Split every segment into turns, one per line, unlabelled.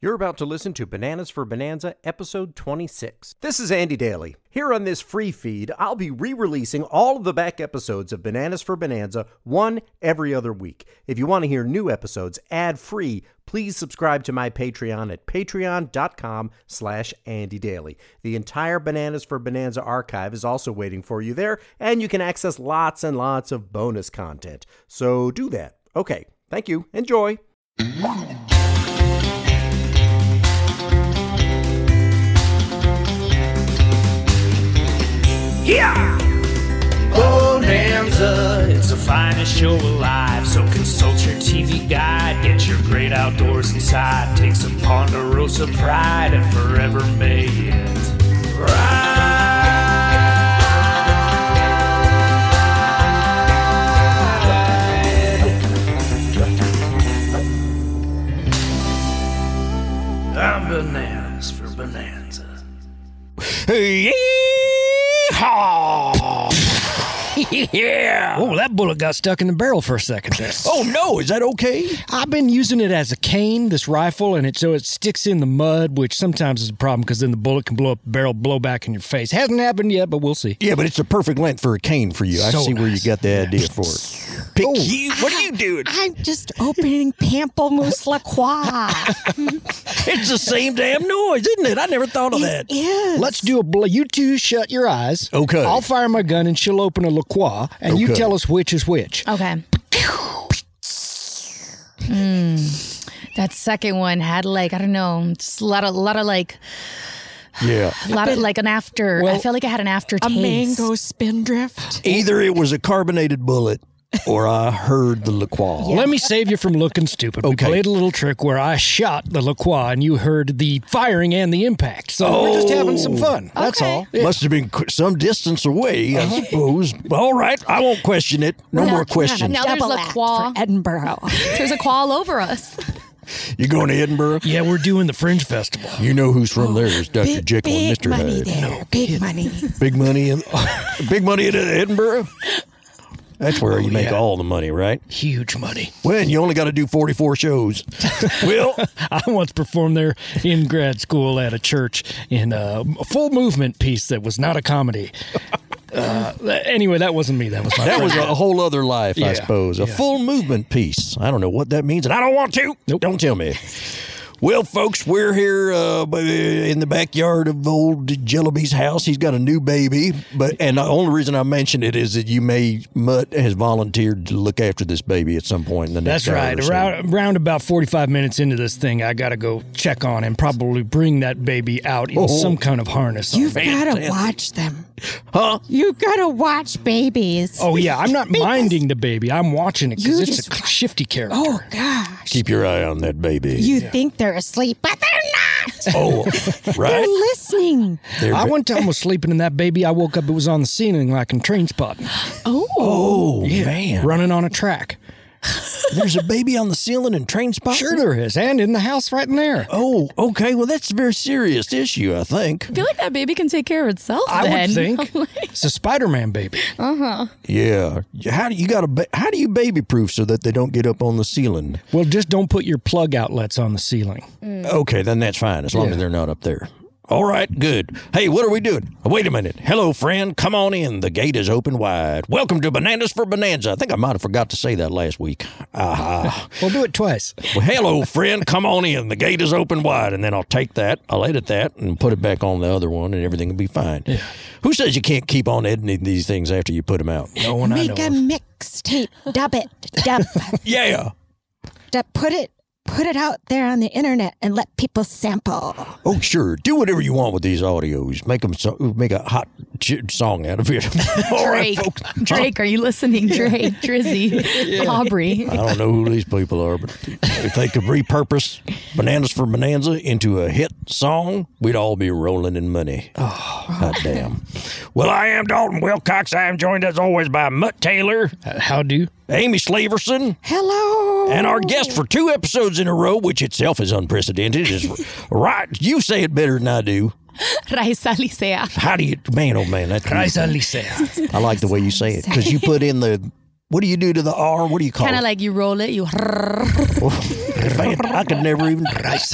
You're about to listen to Bananas for Bonanza, episode 26. This is Andy Daly. Here on this free feed, I'll be re releasing all of the back episodes of Bananas for Bonanza, one every other week. If you want to hear new episodes ad free, please subscribe to my Patreon at patreon.com slash Andy Daly. The entire Bananas for Bonanza archive is also waiting for you there, and you can access lots and lots of bonus content. So do that. Okay, thank you. Enjoy.
Yeah! Bonanza, it's the finest show alive. So consult your TV guide, get your great outdoors inside, take some Ponderosa pride, and forever may it ride. I'm bananas for bonanza.
Yeah.
Oh, that bullet got stuck in the barrel for a second there.
Oh no, is that okay?
I've been using it as a cane, this rifle, and it so it sticks in the mud, which sometimes is a problem because then the bullet can blow up barrel blow back in your face. Hasn't happened yet, but we'll see.
Yeah, but it's the perfect length for a cane for you. I
So
see where you
nice.
got the idea for it. Oh. Pick you. What are you doing?
I'm just opening Pamplemousse La Croix.
It's the same damn noise, isn't it? I never thought of that.
Yes.
Let's do a blow. You two shut your eyes.
Okay.
I'll fire my gun and she'll open a La Croix, and you
Okay.
tell us which is which.
Okay. Mm, that second one had like I don't know, just a lot of lot of like
Yeah.
a lot of like an after. I felt like I had an aftertaste.
spindrift.
Either it was a carbonated bullet or I heard the LaCroix.
Let me save you from looking stupid. We
Okay.
played a little trick where I shot the La Croix and you heard the firing and the impact. So we're just having
Oh.
some fun. That's
Okay.
all.
Must have been qu- some distance away, I
Uh-huh.
suppose. All right, I won't question it. No more questions.
Now there's
Double
La
act
Croix.
for Edinburgh.
There's a qual over us.
You going to Edinburgh?
Yeah, we're doing the Fringe Festival.
You know who's from there is Dr.
Oh, big
Jekyll and
big
Mr.
money
Hyde.
there. big money.
Big money in big money in Edinburgh. That's where you make all the money, right?
Huge money.
Well, and you only got to do forty-four shows. well,
I once performed there in grad school at a church in a full movement piece that was not a comedy. Uh, anyway, that wasn't me. That was my
that was
friend.
a whole other life, I
Yeah,
suppose. A
yeah.
full movement piece. I don't know what that means, and I don't want to.
Nope.
Don't tell me. Well, folks, we're here uh, b- in the backyard of old Jellybee's house. He's got a new baby, but and the only reason I mention it is that you may Mutt has volunteered to look after this baby at some point in the next.
That's right.
Hour or so.
Around, around about 45 minutes into this thing, I got to go check on and probably bring that baby out in
Oh.
some kind of harness.
You've got to watch them.
Huh?
You've got to watch babies.
Oh, yeah. I'm not
Because-
minding the baby. I'm watching it because
You
it's
just-
a shifty character.
Oh, gosh.
Keep your eye on that baby.
You think they're asleep, but they're not.
oh,
They're
right.
listening.
They're-
I one time was sleeping in that baby. I woke up, it was on the ceiling like in train spotting,
Oh,
Oh man.
running on a track.
There's a baby on the ceiling and train spot.
Sure there is, and in the house right in there.
Oh, okay. Well, that's a very serious issue, I think.
I feel like that baby can take care of itself. Oh,
I
then.
would think it's a Spider-Man baby.
Yeah. How do you got to? Ba- how do you baby proof so that they don't get up on the ceiling?
Well, just don't put your plug outlets on the ceiling.
Okay, then that's fine as long as they're not up there. All right, good. Hey, what are we doing? Wait a minute. Hello, friend. Come on in. The gate is open wide. Welcome to Bananas for Bonanza. I think I might have forgot to say that last week. Aha.
We'll do it twice.
Well, hello, friend. Come on in. The gate is open wide. And then I'll take that, I'll edit that, and put it back on the other one, and everything will be fine. Who says you can't keep on editing these things after you put them out?
No one I know.
Make a
of.
mixtape. Dub it. Dub.
Yeah.
dub. Put it. Put it out there on the internet and let people sample.
Oh, sure. Do whatever you want with these audios. Make them so- make a hot ch- song out of it. All right,
Drake,
folks.
Drake, are you listening? Drake, Drizzy, Aubrey.
I don't know who these people are, but if they could repurpose Bananas for Bonanza into a hit song, we'd all be rolling in money. Oh, hot damn. Well, I am Dalton Wilcox. I am joined as always by Mutt Taylor,
Uh, How do?
Amy Slaverson,
Hello.
and our guest for two episodes in a row, which itself is unprecedented, is right. You say it better than I do.
Raisa Licea.
How do you, man? Oh man, that's
Licea.
I like the way you say it because you put in the. What do you do to the R? What do you call
Kind
it?
of like you roll it, you.
Man, I could never even. I know it's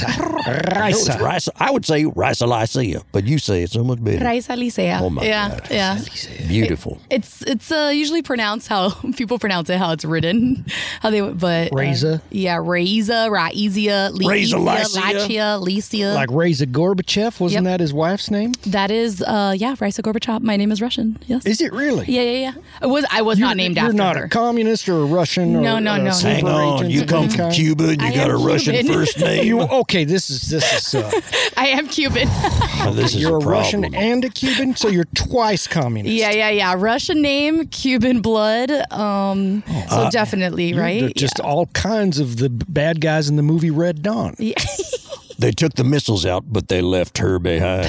Risa.
rice. I would say Ricelycea, but you say it so much better.
Raisa Licea.
Oh my
yeah,
God.
Yeah.
Beautiful.
It's it's uh, usually pronounced how people pronounce it, how it's written, how they but uh,
Raisa?
yeah, Raisa, Raizia,
Raisa Lycia.
Lachia, Licia.
Like Reza Gorbachev, wasn't
Yep.
that his wife's name?
that is uh yeah, Raisa Gorbachev. My name is Russian. Yes.
Is it really?
yeah, yeah, yeah. I was I was
You're,
not named
you're
after
not
her.
a communist or a Russian or
No, no,
a
no.
super
Hang on,
agent
you
of
come
any
from
kind?
Cuba and you
I
got a
am
Russian
Cuban.
first name.
You okay? This is this is uh,
I am Cuban.
Oh, this is
you're a,
a problem.
Russian and a Cuban, so you're twice communist.
yeah, yeah, yeah. Russian name, Cuban blood. Um
Oh,
so
uh,
definitely,
You're-
right?
there are just all kinds of the b- bad guys in the movie Red Dawn.
they took the missiles out, but they left her behind.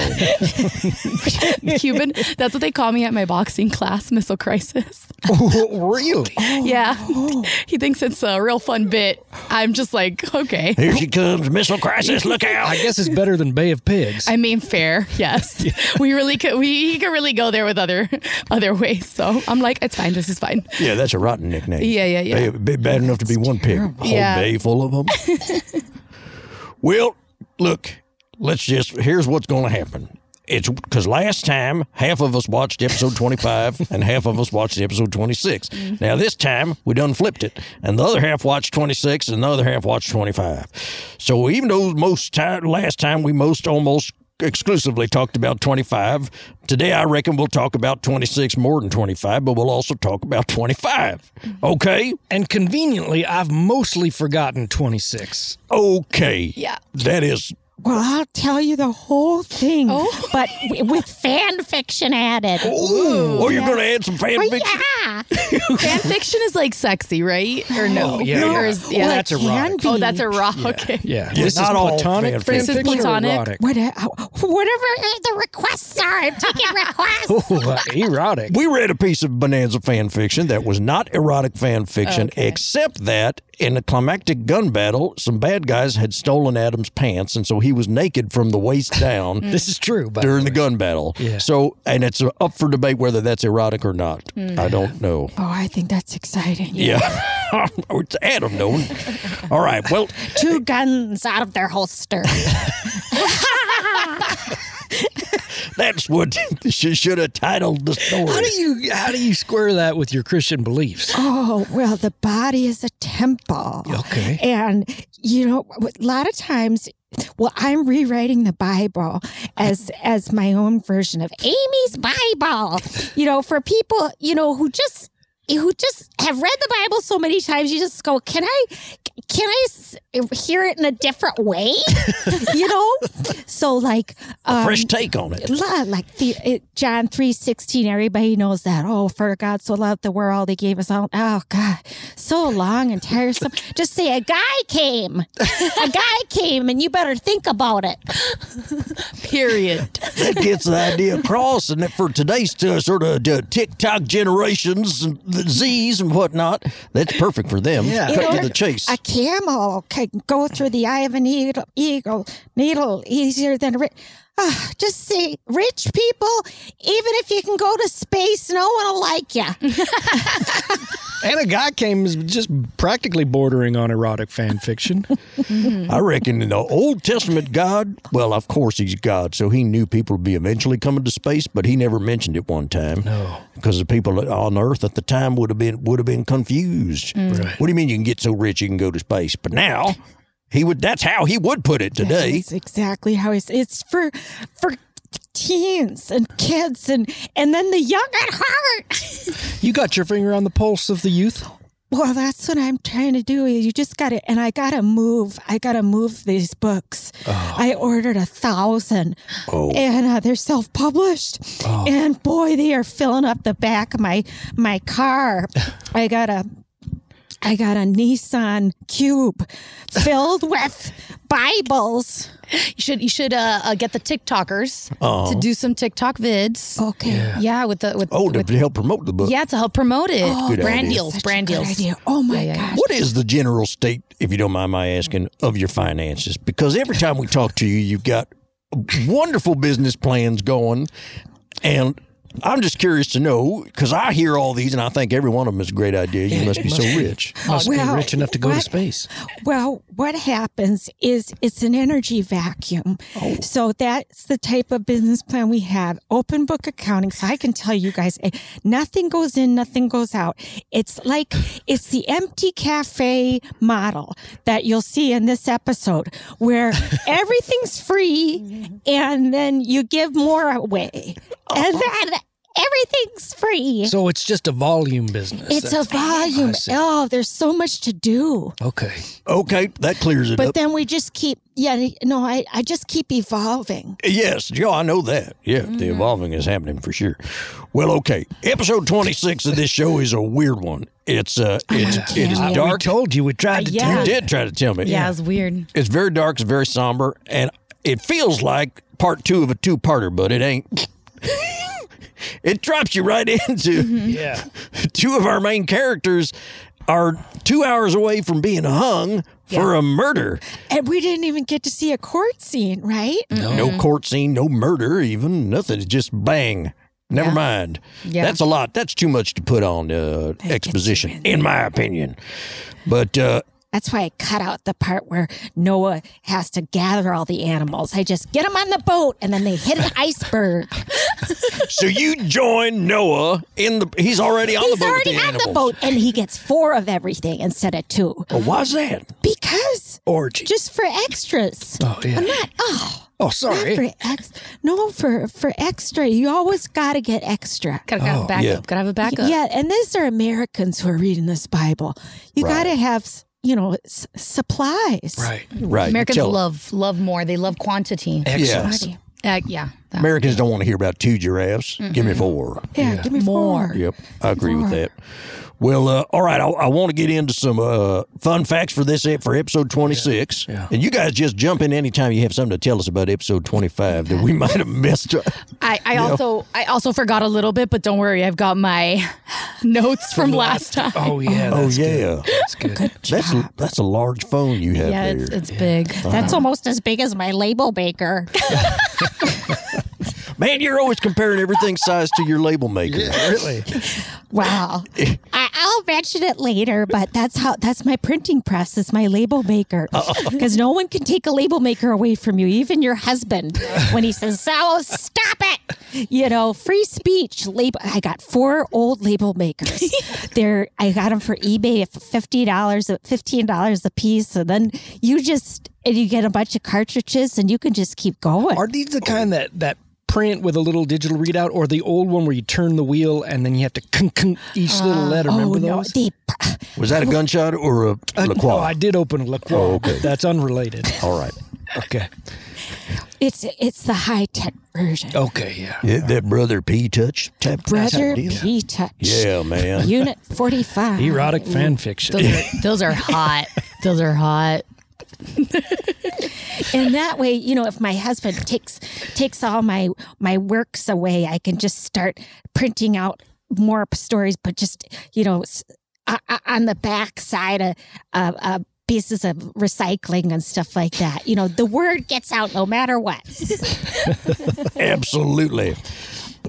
Yeah, Cuban. That's what they call me at my boxing class, missile crisis.
really?
Oh,
Yeah. He thinks it's a real fun bit. I'm just like, okay.
Here she comes, missile crisis! Look out!
I guess it's better than Bay of Pigs.
I mean, fair. Yes, we really could. We he could really go there with other other ways. So I'm like, it's fine. This is fine.
Yeah, that's a rotten nickname.
Yeah, yeah, yeah.
Hey, b- bad enough to be one pig. Whole
Yeah.
bay full of them. well, look, let's just, here's what's going to happen. It's because last time, half of us watched episode 25 and half of us watched episode 26. Now, this time, we done flipped it. And the other half watched 26 and the other half watched 25. So, even though most time, last time we most almost exclusively talked about 25. Today, I reckon we'll talk about 26 more than 25, but we'll also talk about 25.
Mm-hmm.
Okay?
and conveniently, I've mostly forgotten 26.
Okay.
Yeah.
That is,
Well, I'll tell you the whole thing, but w- with fan fiction added.
oh, you're going to add some fan
Oh,
fiction?
yeah.
Fan fiction is like sexy, right? Or no?
Oh, yeah,
Or
yeah.
is-
Well,
yeah.
that's a
Can
rock.
be.
oh, that's a rock. Okay.
Yeah.
Oh, Yeah,
this
not
is
all
platonic fan
fan fiction.
This is
fiction or
platonic.
erotic?
What, uh, whatever uh, the requests are, I'm taking requests.
Oh, uh, erotic.
We read a piece of Bonanza fan fiction that was not erotic fan fiction, except that in a climactic gun battle, some bad guys had stolen Adam's pants, and so he was naked from the waist down.
This is true, but
during the gun battle.
Yeah.
So, and it's up for debate whether that's erotic or not. I don't know.
Oh, I think that's exciting.
Yeah. it's Adam known. All right. Well,
Two guns out of their holster.
that's what she should have titled the
how
story.
do you how do you square that with your Christian beliefs?
Oh, well, the body is a temple.
Okay.
And, you know, a lot of times, well, I'm rewriting the Bible as as my own version of Amy's Bible. You know, for people, you know, who just who just have read the Bible so many times, you just go, "Can I?
can I s- hear it in a different way? you know, so like um,
Fresh take on it.
la- like the it, John three sixteen. Everybody knows that. Oh, for God so loved the world, He gave us all. Oh God, so long and tiresome. Just say a guy came, a guy came, and you better think about it.
Period.
that gets the idea across. And that for today's uh, sort of uh, TikTok generations, and the Z's and whatnot, that's perfect for them.
Yeah.
Cut
You know,
to the chase.
A camel can go through the eye of an eagle, eagle needle easier than rich. just say, rich people, even if you can go to space, no one will like you.
And a guy came is just practically bordering on erotic fan fiction.
Mm-hmm.
I reckon in the Old Testament God, well, of course he's God, so he knew people would be eventually coming to space, but he never mentioned it one time. No, because the people on Earth at the time would have been would have been confused.
Mm.
Right.
What do you mean you can get so rich you can go to space? But now he would. That's how he would put it today.
That's exactly how it's, it's for, for teens and kids and, and then the young at heart.
you got your finger on the pulse of the youth.
Well, that's what I'm trying to do. You just got to, and I got to move. I got to move these books. I ordered a thousand, and uh, they're self-published. And boy, they are filling up the back of my my car. I got a, I got a Nissan Cube filled with Bibles.
You should you should uh, uh, get the TikTokers to do some TikTok vids.
Okay,
Yeah, with the with
Oh,
with-
to help promote the book.
yeah to help promote it.
Good
Oh, brand
idea.
deals,
Such a
brand
good
deals.
idea. Oh my
Yeah, yeah, yeah.
gosh.
What is the general state, if you don't mind my asking, of your finances? Because every time we talk to you, you've got wonderful business plans going. And I'm just curious to know because I hear all these and I think every one of them is a great idea. You must be so rich.
Must
Well,
be rich enough to go to
what-
space.
Well, what happens is it's an energy vacuum.
Oh.
So that's the type of business plan we have. Open book accounting. So I can tell you guys, eh, nothing goes in, nothing goes out. It's like it's the empty cafe model that you'll see in this episode where everything's free and then you give more away.
Oh.
And then everything's free.
So it's just a volume business.
it's a
That's- I
volume.
see.
Oh, there's so much to do.
Okay.
Okay, that clears it
But
up.
then we just keep, yeah, no, I, I just keep evolving.
yes, yeah, I know that. Yeah,
Mm-hmm.
the evolving is happening for sure. Well, okay. Episode 26 of this show is a weird one. It's uh, it's it is
I- We
dark.
told you. We tried to
Uh, yeah.
tell
You
you.
did try to tell me.
Yeah, it's weird.
It's very dark. It's very somber, and it feels like part two of a two-parter, but it ain't. it drops you right into
Hmm?
Yeah.
Mm-hmm.
two of our main characters are two hours away from being hung for a murder.
And we didn't even get to see a court scene, right?
Mm-hmm.
No court scene, no murder, even nothing. It's just bang. Never
Yeah.
mind.
Yeah.
That's a lot. That's too much to put on uh, exposition, in my opinion. But uh,
That's why I cut out the part where Noah has to gather all the animals. I just get them on the boat and then they hit an iceberg.
so you join Noah in the. He's already on the
He's
boat. with
already on the
animals.
boat and he gets four of everything instead of two.
Oh, why's that?
Because
Orgy.
just for extras.
Oh, yeah.
I'm not, oh,
Oh,
not
sorry.
for ex. No, for, for extra. You always got to get extra.
Gotta have a backup.
yeah.
Gotta have a backup.
Yeah, and these are Americans who are reading this Bible. You got to have, you know, s- supplies.
Right.
Right.
Americans
Tell-
love love more. They love quantity.
Yeah.
Excellent.
Uh, yeah. That-
Americans don't want to hear about two giraffes. Give me four.
Yeah, give me
More.
four.
Yep, I agree with that. Well, uh, all right. I, I want to get into some uh, fun facts for this ep- for episode twenty six, and you guys just jump in anytime you have something to tell us about episode twenty five that we might have missed. up.
I, I also I also forgot a little bit, but don't worry, I've got my notes from last time.
Oh, yeah.
Oh
that's good.
yeah,
That's good.
that's a, that's a large phone you have
yeah,
there.
it's, it's big. Uh-huh.
That's almost as big as my label maker.
Man, you're always comparing everything size to your label maker.
Really?
Wow. I, I'll mention it later, but that's how that's my printing press is my label maker. Because no one can take a label maker away from you, even your husband, when he says, So stop it. You know, free speech. Label I got four old label makers. They're I got them for eBay for fifty dollars fifteen dollars a piece. And then you just and you get a bunch of cartridges and you can just keep going.
Are these the kind that that print with a little digital readout, or the old one where you turn the wheel and then you have to kunk, kunk each little letter.
oh
Remember
no,
those?
they,
Was that a gunshot or a
Uh,
LaCroix?
no, I did open a LaCroix.
Oh, okay. Oh.
but That's unrelated.
All right.
Okay.
it's it's the high tech version.
Okay. Yeah.
Yeah, that brother P touch type
Brother
deal.
P touch.
Yeah, man.
Unit forty five.
Erotic
Mm.
fan fiction.
Those are, those are hot. Those are hot.
And that way, you know, if my husband takes takes all my my works away, I can just start printing out more stories, but just you know, s- o- o- on the back side of. of, of pieces of recycling and stuff like that you know the word gets out no matter what
Absolutely.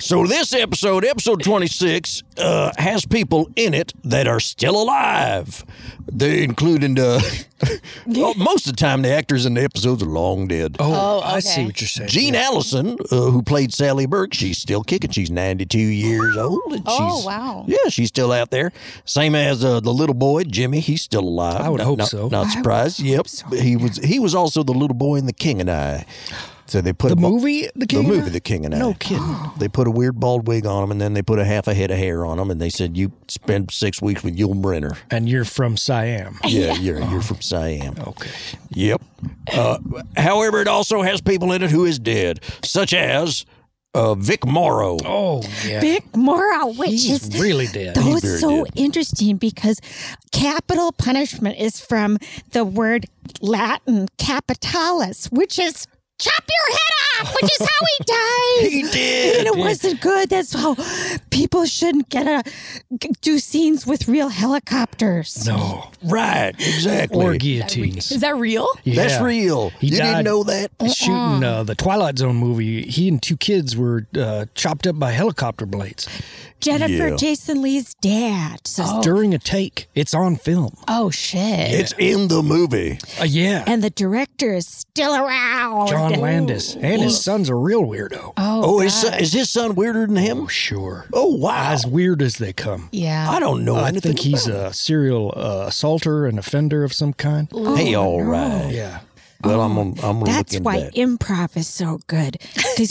So this episode, episode 26, uh, has people in it that are still alive. They including uh, well, most of the time the actors in the episodes are long dead.
Oh,
Oh,
I see
okay.
what you're saying.
Jean Allison, uh, who played Sally Burke, she's still kicking. She's 92 years old. and
Oh,
she's-
wow.
Yeah, she's still out there. Same as uh, the little boy, Jimmy. He's still alive.
I would
Not-
hope
not-
so.
Not surprised. Yep. He was He was also the little boy in The King and I. So they put
The
him on-
movie, The King.
the
and
movie,
I?
The King and I.
No kidding.
They put a weird bald wig on him, and then they put a half a head of hair on him, and they said, "You spend six weeks with Yul Brenner."
And you're from Siam.
Yeah, you're you're from Siam.
Okay.
Yep. Uh, however, it also has people in it who is dead, such as uh, Vic Morrow.
Oh yeah.
Vic Mora, which
He's
is
really dead.
That
He's
was
very
Oh.
so
dead.
interesting because capital punishment is from the word Latin capitalis, which is chop your head off, which is how he died.
He did.
And it wasn't good. That's how people shouldn't get a do scenes with real helicopters.
No.
Right. Exactly.
Or guillotines.
Is that real?
That's
Yeah.
real.
He
you
died.
didn't know that.
Shooting uh, the Twilight Zone movie, he and two kids were uh, chopped up by helicopter blades
Jennifer
Yeah.
Jason Lee's dad. So,
during a take. It's on film.
Oh shit!
It's in the movie.
Uh, yeah.
And the director is still around.
John Landis. And his son's a real weirdo.
Uh.
Oh, is, son, is his son weirder than him?
Sure.
Oh wow.
As weird as they come.
yeah.
I don't know.
I
anything
think he's
about
a serial uh, assaulter and offender of some kind.
him. Hey, all
Oh,
right.
Yeah.
Well, I'm gonna, I'm gonna
Oh, That's
look into
why
that.
improv is so good because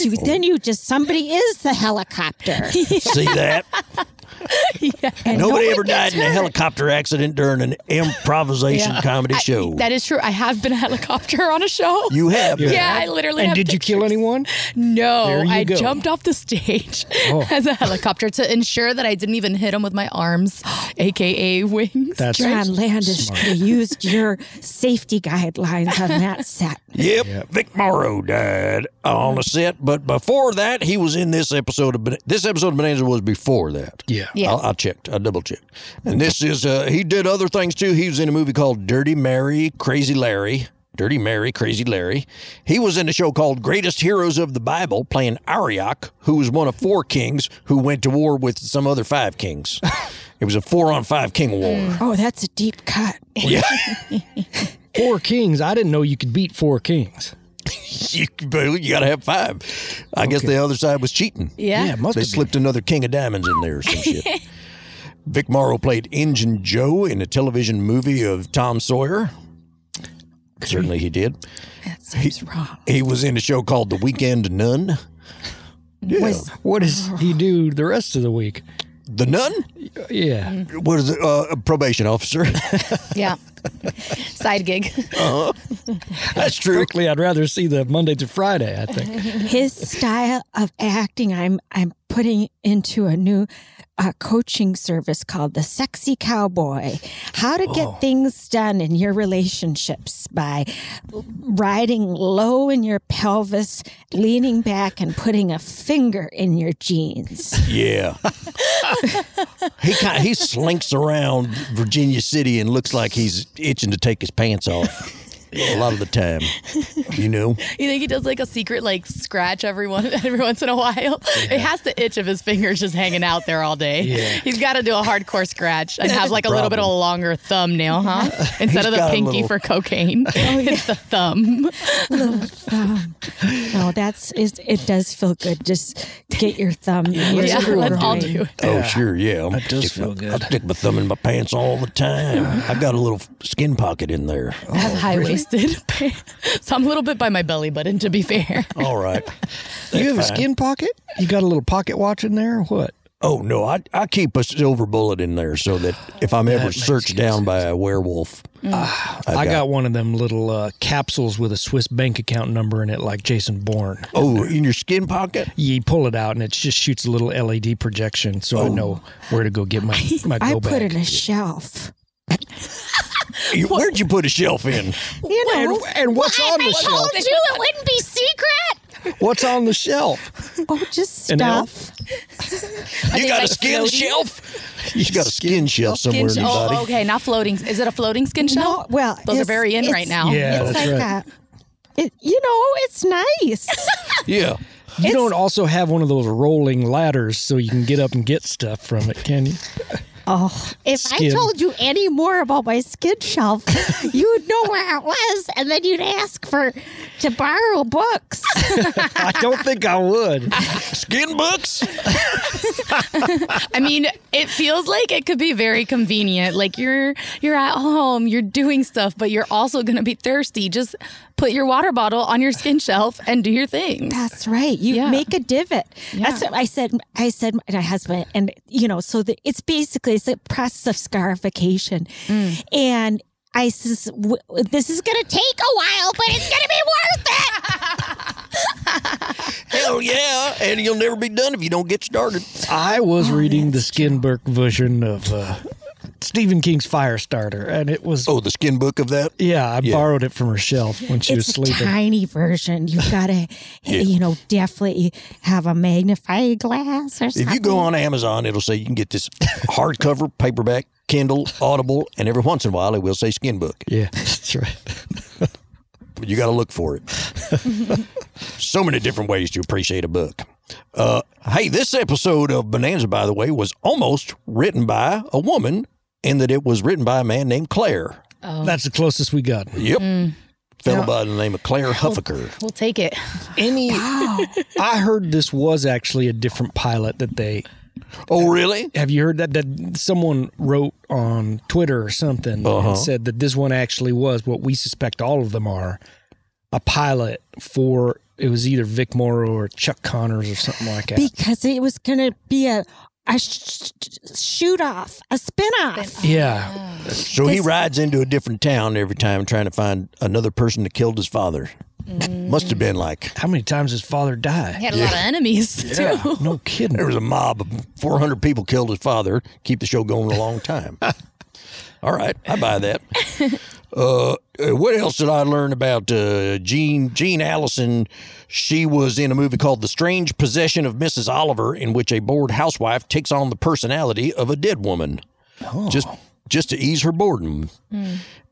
Oh.
you then you just somebody is the helicopter.
See that? Nobody
And no one
ever died
gets
in a
hurt.
helicopter accident during an improvisation comedy
I-
show.
that is true. I have been a helicopter on a show.
you have.
yeah,
been.
I literally.
And
have
did you kill
pictures.
anyone? There
No,
you
I
go. Oh.
jumped off the stage as a helicopter to ensure that I didn't even hit him with my arms, aka wings.
That's
John Landis should have used your safety guidelines on that set.
Yep. Vic Morrow died on a set, but before that, he was in this episode of Ban- this episode of Bonanza was before that.
Yeah.
Yeah.
I, I checked. I double checked. And this is uh, he did other things too. He was in a movie called Dirty Mary, Crazy Larry. Dirty Mary, Crazy Larry. He was in a show called Greatest Heroes of the Bible, playing Arioch, who was one of four kings who went to war with some other five kings. It was a four on five king war.
Oh, that's a deep cut.
Yeah.
Four Kings. I didn't know you could beat Four Kings.
you, well, you got to have five. I guess the other side was cheating.
yeah.
Yeah, must
they
have been.
slipped another king of diamonds in there or some shit. Vic Morrow played Injun Joe in a television movie of Tom Sawyer. Certainly he did.
That seems wrong.
He was in a show called The Weekend Nun. Yeah.
What does he do the rest of the week?
the nun?
Yeah.
What is it? Uh, a probation officer.
Yeah. Side gig.
That's true.
Frankly, I'd rather see the Monday to Friday, I think.
His style of acting, I'm I'm putting into a new uh, coaching service called the Sexy Cowboy. How to
Oh.
get things done in your relationships by riding low in your pelvis, leaning back, and putting a finger in your jeans.
Yeah. he kind he slinks around Virginia City and looks like he's itching to take his pants off. A lot of the time, you know.
You think he does like a secret like scratch every one every once in a while? It has the itch of his fingers just hanging out there all day.
Yeah.
He's got to do a hardcore scratch and have like a little bit of a
problem.
longer thumbnail, huh? Instead of the
got a
pinky
little-
for cocaine,
Oh,
it's the thumb.
Um, no, that's it, it. Does feel good. Just get your thumb. in
yeah,
your
let's all
groin.
do it.
Oh, sure, yeah. I'm
does
stick my-
feel good.
I stick my thumb in my pants all the time. I got a little skin pocket in there.
I have high waisted wasted. so I'm a little bit by my belly button, to be fair.
All right.
you have a
That's fine.
skin pocket? You got a little pocket watch in there? or What?
Oh no, I I keep a silver bullet in there so that if I'm ever searched down by a werewolf,
I, got, one of them little uh, capsules with a Swiss bank account number in it, like Jason Bourne.
Oh, in your skin pocket?
You pull it out, and it just shoots a little LED projection, so
Oh.
I know where to go get my my
I
go
put
bag.
in a shelf.
You- where'd you put a shelf in?
You know,
and what's on the shelf?
you it wouldn't be secret.
What's on the shelf?
oh, just
An elf?
stuff.
You got a skin
floating?
shelf? You got a skin shelf somewhere in
skin
your
shell.
body.
Oh, okay, not floating. Is it a floating skin shell?
Well,
those are
it's-
very in
it's-
right now.
Yeah,
it's
that's
like
right.
a- it, you know, it's nice.
Yeah.
You don't also have one of those rolling ladders so you can get up and get stuff from it, can you?
oh,
If
Skin.
I told you any more about my skin shelf, you'd know where it was, and then you'd ask for to borrow books.
I don't think I would.
Skin books?
I mean, it feels like it could be very convenient. Like you're you're at home, you're doing stuff, but you're also going to be thirsty. Just put your water bottle on your skin shelf and do your things.
That's right. You
Yeah.
make a divot. That's what I said. I said my husband, and you know, so the, it's basically it's a process of scarification,
Mm.
and. I says, "W- this is gonna take a while, but it's gonna be worth it.
Hell yeah. And you'll never be done if you don't get started.
I was
Oh,
reading the Skinberg version of uh, Stephen King's Firestarter, and it was.
Oh, the skin book of that?
Yeah, I
Yeah.
borrowed it from her shelf when she was
it's a
sleeping.
tiny version. You gotta, you know, definitely have a magnifying glass or something.
If you go on Amazon, it'll say you can get this hardcover, paperback, Kindle, Audible, and every once in a while it will say skin book.
Yeah, that's right.
But you got to look for it. so many different ways to appreciate a book. Uh, hey, this episode of Bonanza, by the way, was almost written by a woman, and that it was written by a man named Claire.
That's the closest we got.
Yep. Fellow by the name of Claire Huffaker.
We'll take it.
Any, I heard this was actually a different pilot that they.
Oh, really?
Have you heard that that someone wrote on Twitter or something
Uh-huh.
and said that this one actually was what we suspect all of them are a pilot for it was either Vic Morrow or Chuck Connors or something like that.
because it was gonna be a a sh- sh- shoot off, a spin off.
yeah,
So he rides into a different town every time trying to find another person that killed his father. Must have been like,
how many times his father
He
died?
had a lot of enemies too.
No kidding.
there was a mob of 400 people killed his father. Keep the show going a long time. All right, I buy that. Uh, uh, what else did I learn about uh, Jean Jean Allison? She was in a movie called The Strange Possession of Mrs. Oliver, in which a bored housewife takes on the personality of a dead woman, just just to ease her boredom.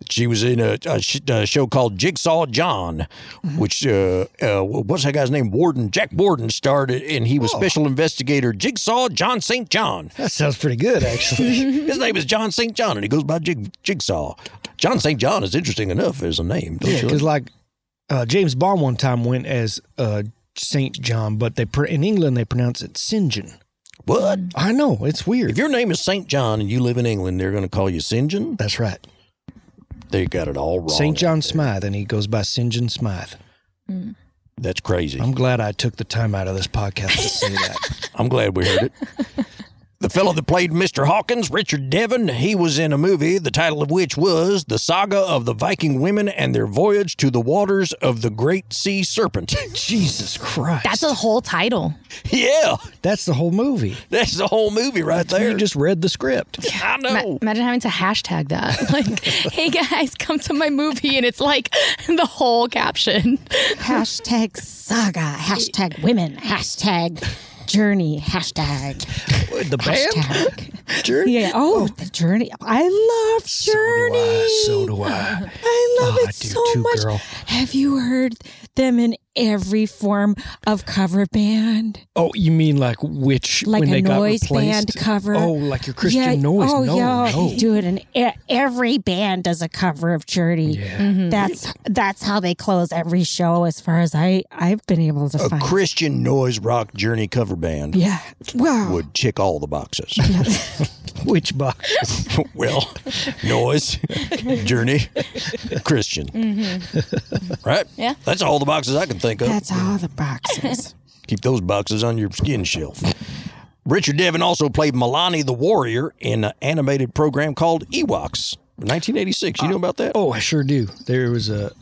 She was in a, a, sh- a show called Jigsaw John,
Mm-hmm.
which uh, uh, what's that guy's name? Warden Jack Warden starred, it, and he
Oh.
was special investigator Jigsaw John St. John.
That sounds pretty good, actually.
His name is John St. John, and he goes by Jig- Jigsaw. John St. John is interesting enough as a name, don't
yeah,
you?
because like uh, James Bond one time went as uh, Saint John, but they pr- in England they pronounce it St. John.
What?
I know it's weird.
If your name is St. John and you live in England, they're going to call you St. John?
That's right,
They got it all wrong.
Saint John Smythe, and he goes by St. John Smythe.
That's crazy.
I'm
I'm,
glad I took the time out of this podcast to say that.
glad we heard it. the fellow that played Mr. Hawkins, Richard Devon, he was in a movie, the title of which was The Saga of the Viking Women and Their Voyage to the Waters of the Great Sea Serpent.
Jesus Christ,
That's a whole title.
yeah,
that's the whole movie.
that's the whole movie right there.
You just read the script.
I
Ma-
Oh.
know.
imagine having to hashtag that. Like, hey guys, come to my movie, and it's like the whole caption.
Hashtag saga. Hashtag women. Hashtag journey. Hashtag
The band.
hashtag.
Sure.
Yeah. Oh, the journey. I love
So do
journey.
I. So do I.
I love
Oh, I
it
do
so
too,
much.
girl.
Have you heard them in every form of cover band?
Oh, you mean like which
Like
when
a
they got
noise
replaced?
band cover.
Oh, like your Christian noise?
Oh,
no,
yeah.
no.
They do it in e- every band does a cover of Journey.
Mm-hmm.
That's that's how they close every show, as far as I I've been able to
a
find.
Christian noise rock journey cover band
yeah. Wow.
would check all the boxes.
Which box?
well, noise, journey, Christian. Right?
Yeah.
That's all the boxes I can think of.
That's all the boxes.
Keep those boxes on your skin shelf. Richard Devon also played Milani the Warrior in an animated program called Ewoks. 1986. You know about that?
Oh, I sure do. There was a,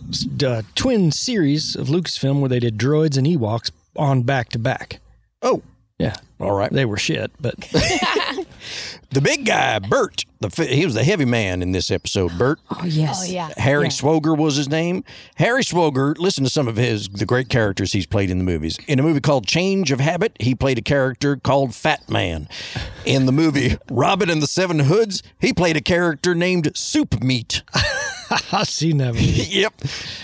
uh twin series of Lucasfilm where they did droids and Ewoks on back to back.
Oh,
yeah.
All right.
They were shit, but
the big guy, Bert. The fi- he was the heavy man in this episode. Bert.
Oh yes.
Oh yeah.
Harry Swoger was his name. Harry Swoger, listen to some of his the great characters he's played in the movies. In a movie called Change of Habit, he played a character called Fat Man. In the movie Robin and the Seven Hoods, he played a character named Soup Meat.
I've seen that movie.
yep.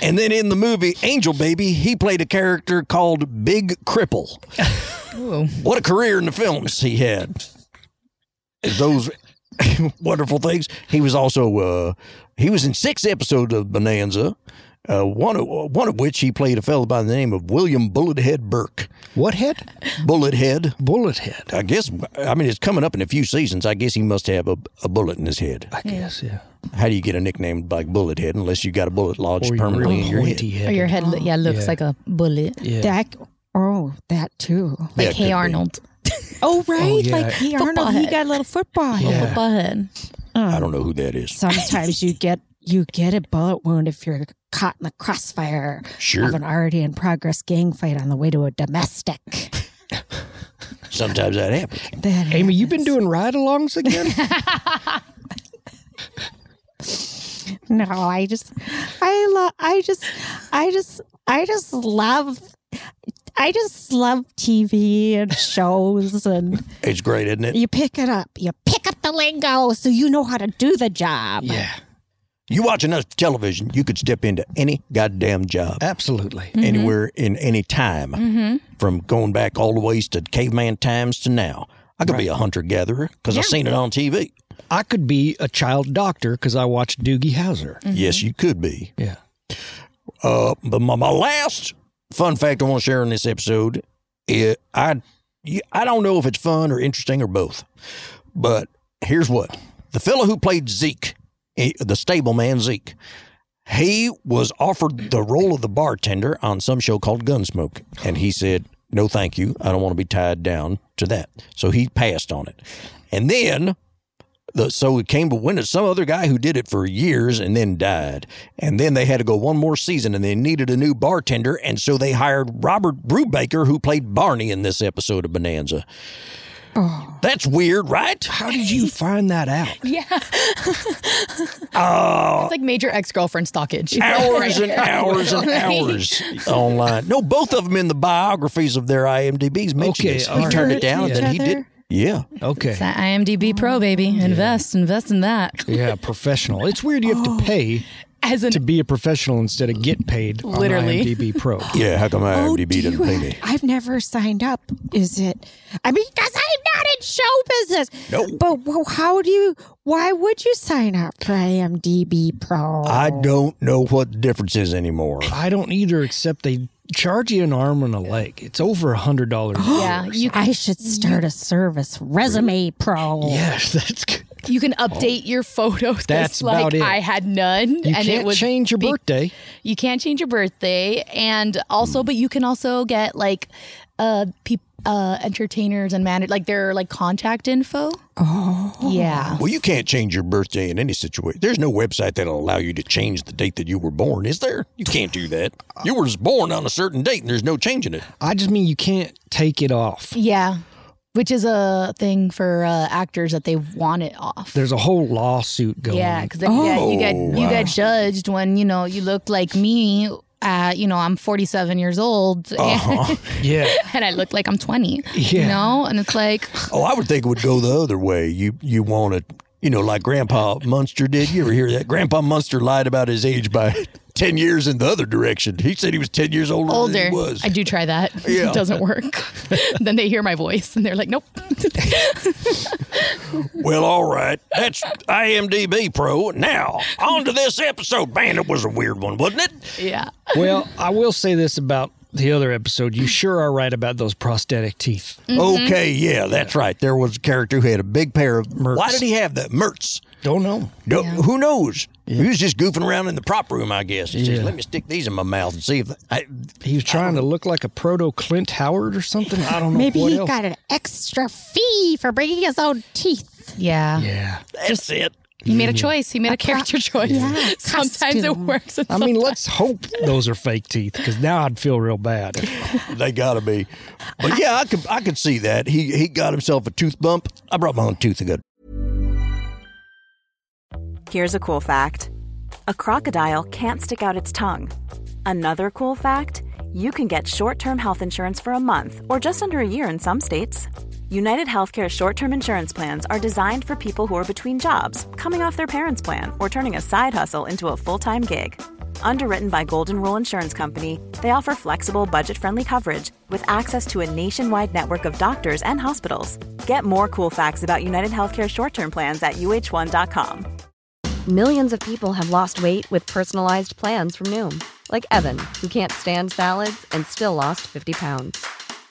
And then in the movie Angel Baby, he played a character called Big Cripple. What a career in the films he had. Those wonderful things. He was also uh, he was in six episodes of Bonanza. Uh, one of one of which he played a fellow by the name of William Bullethead Burke.
What head?
Bullethead.
Bullet head,
I guess. I mean, it's coming up in a few seasons. I guess he must have a, a bullet in his head.
I guess, yeah.
How do you get a nickname like Bullethead unless you got a bullet lodged
Or
permanently in your head?
pointy
Or
head.
Oh, your head, yeah, looks
Yeah.
like a bullet.
Yeah.
That. Oh, that too.
Yeah,
Like,
it could
hey,
be.
Arnold.
Oh right,
yeah.
like he
Football
Arnold, he
head.
got a little football.
Yeah.
head.
Football head.
I don't know who that is.
Sometimes you get you get a bullet wound if you're caught in the crossfire
Sure.
of an already in progress gang fight on the way to a domestic.
Sometimes that happens.
That
Amy, you've been
happens.
doing ride-alongs again?
No, I just, I love, I just, I just, I just love, I just love TV and shows, and
It's great, isn't it?
you pick it up, you pick up the lingo, so you know how to do the job.
yeah,
You watch enough television, you could step into any goddamn job,
absolutely.
Mm-hmm.
anywhere in any time, from going back all the ways to caveman times to now. I could be a hunter gatherer because I've seen it on TV.
I could be a child doctor because I watched Doogie Howser.
Yes, you could be.
Yeah.
Uh, but my, my last fun fact I want to share in this episode, it, I you- I don't know if it's fun or interesting or both, but here's what: the fellow who played Zeke, eh, the stable man Zeke, he was offered the role of the bartender on some show called Gunsmoke, and he said, "No, thank you. I don't want to be tied down to that." So he passed on it, and then the, so it came to when it's some other guy who did it for years and then died. And then they had to go one more season and they needed a new bartender. And so they hired Robert Brubaker, who played Barney in this episode of Bonanza. That's weird, right?
How did you find that out?
It's like major ex girlfriend stalkage.
Hours and hours and hours online. No, both of them in the biographies of their IMDb's mentioned
Okay,
this.
all
He turned
right.
it down and
Yeah.
then he did. Yeah.
Okay.
It's that IMDb
Oh,
Pro, baby. Invest, invest in that.
Yeah, professional. It's weird you have
Oh.
to pay
As an
to be a professional instead of get paid
Literally.
on IMDb Pro.
Yeah, how come
Oh, do
IMDb
you
didn't pay
have-
me?
I've never signed up. Is it? I mean, because I'm not in show business.
No.
But wh- how do you? Why would you sign up for IMDb Pro?
I don't know what the difference is anymore.
I don't either, except they charge you an arm and a leg. It's over a hundred dollars.
yeah, you
Oh, I should start a service, Resume Pro.
Yes, that's good.
you can update your photos.
Oh. That's
like
about it.
I had none,
You
and
can't
it was
change your
be-
birthday.
You can't change your birthday, and also,
Hmm.
but you can also get like uh, peop uh entertainers and manage like their like contact info. Oh, yeah.
Well, you can't change your birthday in any situation. There's no website that'll allow you to change the date that you were born, is there? You can't do that. You were born on a certain date, and there's no changing it.
I just mean you can't take it off.
Yeah. Which is a thing for uh, actors that they want it off.
There's Oh, a whole lawsuit going.
yeah,
on.
because yeah, you get you get judged when you know you look like me. Uh, you know, I'm 47 years old, and,
yeah.
and I look like I'm 20.
Uh-huh. Yeah.
You know, and it's like
Oh, I would think it would go the other way. You you want to, you know, like Grandpa Munster did. You ever hear that? Grandpa Munster lied about his age by ten years in the other direction. He said he was ten years older, than
older.
he was.
I do try that.
Yeah.
It doesn't work. then they hear my voice and they're like, nope.
Well, all right. That's IMDb Pro. Now on to this episode. Man, it was a weird one, wasn't it?
yeah.
well, I will say this about the other episode, you sure are right about those prosthetic teeth.
Mm-hmm.
Mhm. Okay, yeah, that's right. There was a character who had a big pair of. Mertz. Why did he have that? Mertz.
Don't know.
Don't- Who knows? He was just goofing around in the prop room, I guess. He
Yeah.
says, "Let me stick these in my mouth and see if I,
He was
Oh.
trying to look like a proto Clint Howard or something. I don't know.
Maybe
what
he
else.
got an extra fee for bringing his own teeth.
Yeah.
Yeah.
That's it.
He made a choice. He made a, character choice. Sometimes it
costume.
works. and
I mean,
sometimes-
let's hope those are fake teeth because now I'd feel real bad.
they gotta be. But yeah, I could I could see that. He he got himself a tooth bump. I brought my own tooth and go,
Here's a cool fact a crocodile can't stick out its tongue. Another cool fact you can get short term health insurance for a month or just under a year in some states. United Healthcare short term insurance plans are designed for people who are between jobs, coming off their parents' plan, or turning a side hustle into a full time gig. Underwritten by Golden Rule Insurance Company, they offer flexible, budget friendly coverage with access to a nationwide network of doctors and hospitals. Get more cool facts about United Healthcare short term plans at uh1.com.
Millions of people have lost weight with personalized plans from Noom, like Evan, who can't stand salads and still lost 50 pounds.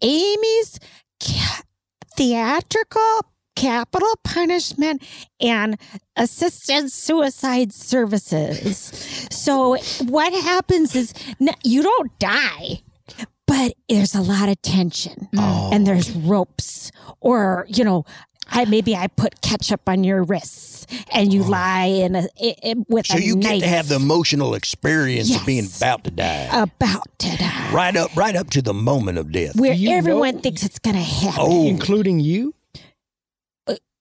Amy's ca- theatrical capital punishment and assisted suicide services. so, what happens is n- you don't die. But there's a lot of tension,
Mm.
and there's ropes, or you know, I maybe I put ketchup on your wrists, and you lie in a i i- with
Uh-huh. So
a
you get
knife
to have the emotional experience
Yes.
of being about to die.
about
right up right up to the moment of death.
where everyone thinks it's going to happen,
Oh.
Uh,
including you,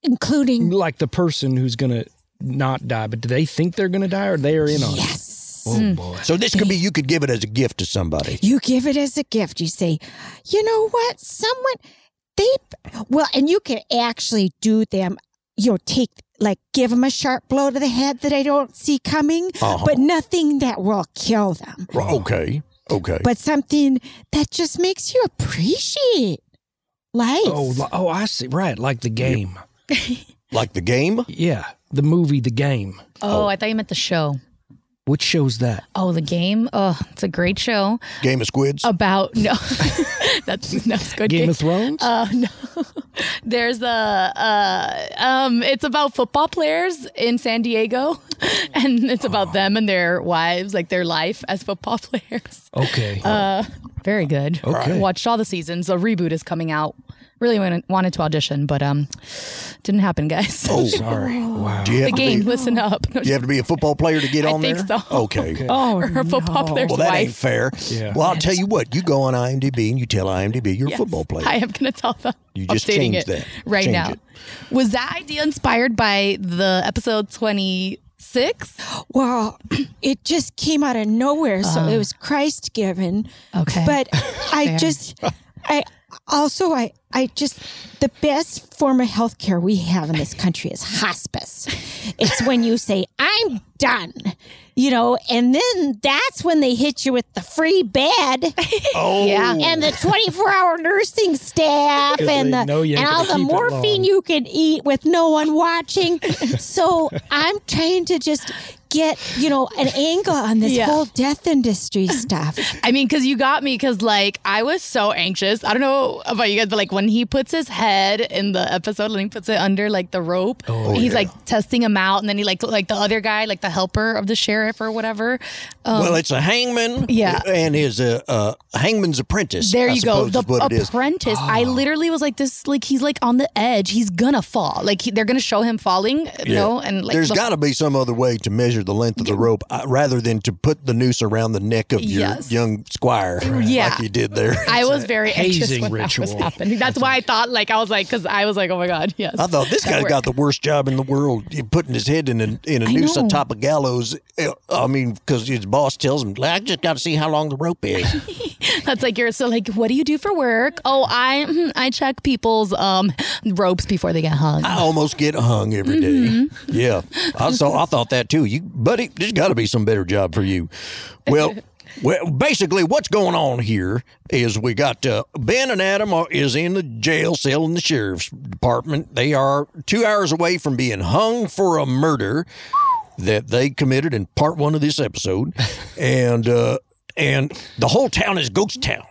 including
like the person who's going to not die, but do they think they're going to die or they are in on
yes.
Oh,
it?
Mm.
boy.
So this could be you could give it as a gift to somebody.
You give it as a gift. You say, you know what? Someone, they, well, and you can actually do them, you know, take, like, give them a sharp blow to the head that I don't see coming,
Uh-huh.
but nothing that will kill them,
Right, Okay. Okay.
but something that just makes you appreciate life.
Oh, li- oh, I see. Right, like the game.
like the game?
Yeah, the movie, the game.
oh, I thought you meant the show.
Which shows that?
Oh, the game. Oh, it's a great show.
Game of Squids.
Oh,
About no, that's no it's good.
Game
game.
of Thrones?
Uh, no, there's a uh, um. It's about football players in San Diego, and it's about them and their wives, like their life as football players.
Okay.
Uh, very good.
Okay.
Watched all the seasons. The reboot is coming out. Really wanted- wanted to audition, but um, didn't happen, guys.
Oh, sorry. Wow. Do you
The
have to
game.
be-
Listen up.
Do you have to be a football player to get
I
on
think
there?
so.
Okay.
Oh, or a football player's
Well, that
wife.
ain't fair. Well, I'll tell you what. You go on IMDb and you tell IMDb you're
Yes.
a football player.
I am going to tell them.
You just
Updating
changed
it
that.
right
Change
now.
it.
Was that idea inspired by the episode twenty six?
Well, it just came out of nowhere, so
Oh.
it was Christ given.
Okay.
But I
Fair.
just I also I I just the best form of health care we have in this country is hospice. It's when you say, I'm done. You know, and then that's when they hit you with the free bed.
Oh. Yeah.
And the 24 hour nursing staff
'Cause
and
they
the,
know you
and
ain't
all
gonna
the
keep it long.
morphine you can eat with no one watching. so I'm trying to just get, you know, an angle on this
Yeah.
whole death industry stuff.
I mean, because you got me, because like I was so anxious. I don't know about you guys, but like when he puts his head in the episode and he puts it under like the rope,
Oh,
and he's
yeah.
like testing him out, and then he like like the other guy, like the helper of the sheriff or whatever. Um,
well, it's a hangman.
Yeah.
And his uh, uh, hangman's apprentice.
There
I
you go.
suppose
The
is what it is. Ah.
apprentice. I literally was like, this, like, he's like on the edge. He's gonna fall. Like, he, they're gonna show him falling, you know? And like,
there's
the-
got to be some other way to measure the length of the rope uh, rather than to put the noose around the neck of your
Yes.
young squire,
Yeah.
like you did there.
I was very anxious
hazing
when that was
ritual.
happening. That's why I thought like I was like because I was like oh my god yes.
I thought this
That
guy's
worked.
got the worst job in the world. He putting his head in a in a
I
noose on
know.
top of gallows. Uh, I mean, because his boss tells him, "I just got to see how long the rope is."
That's like you're so like what do you do for work? Oh I mm, I check people's um ropes before they get hung.
I almost get hung every day. Yeah, I saw. I thought that too. You, buddy, there's got to be some better job for you. Well. Well, basically, what's going on here is we got uh, Ben and Adam are, is in the jail cell in the sheriff's department. They are two hours away from being hung for a murder that they committed in part one of this episode, and uh, and the whole town is ghost town.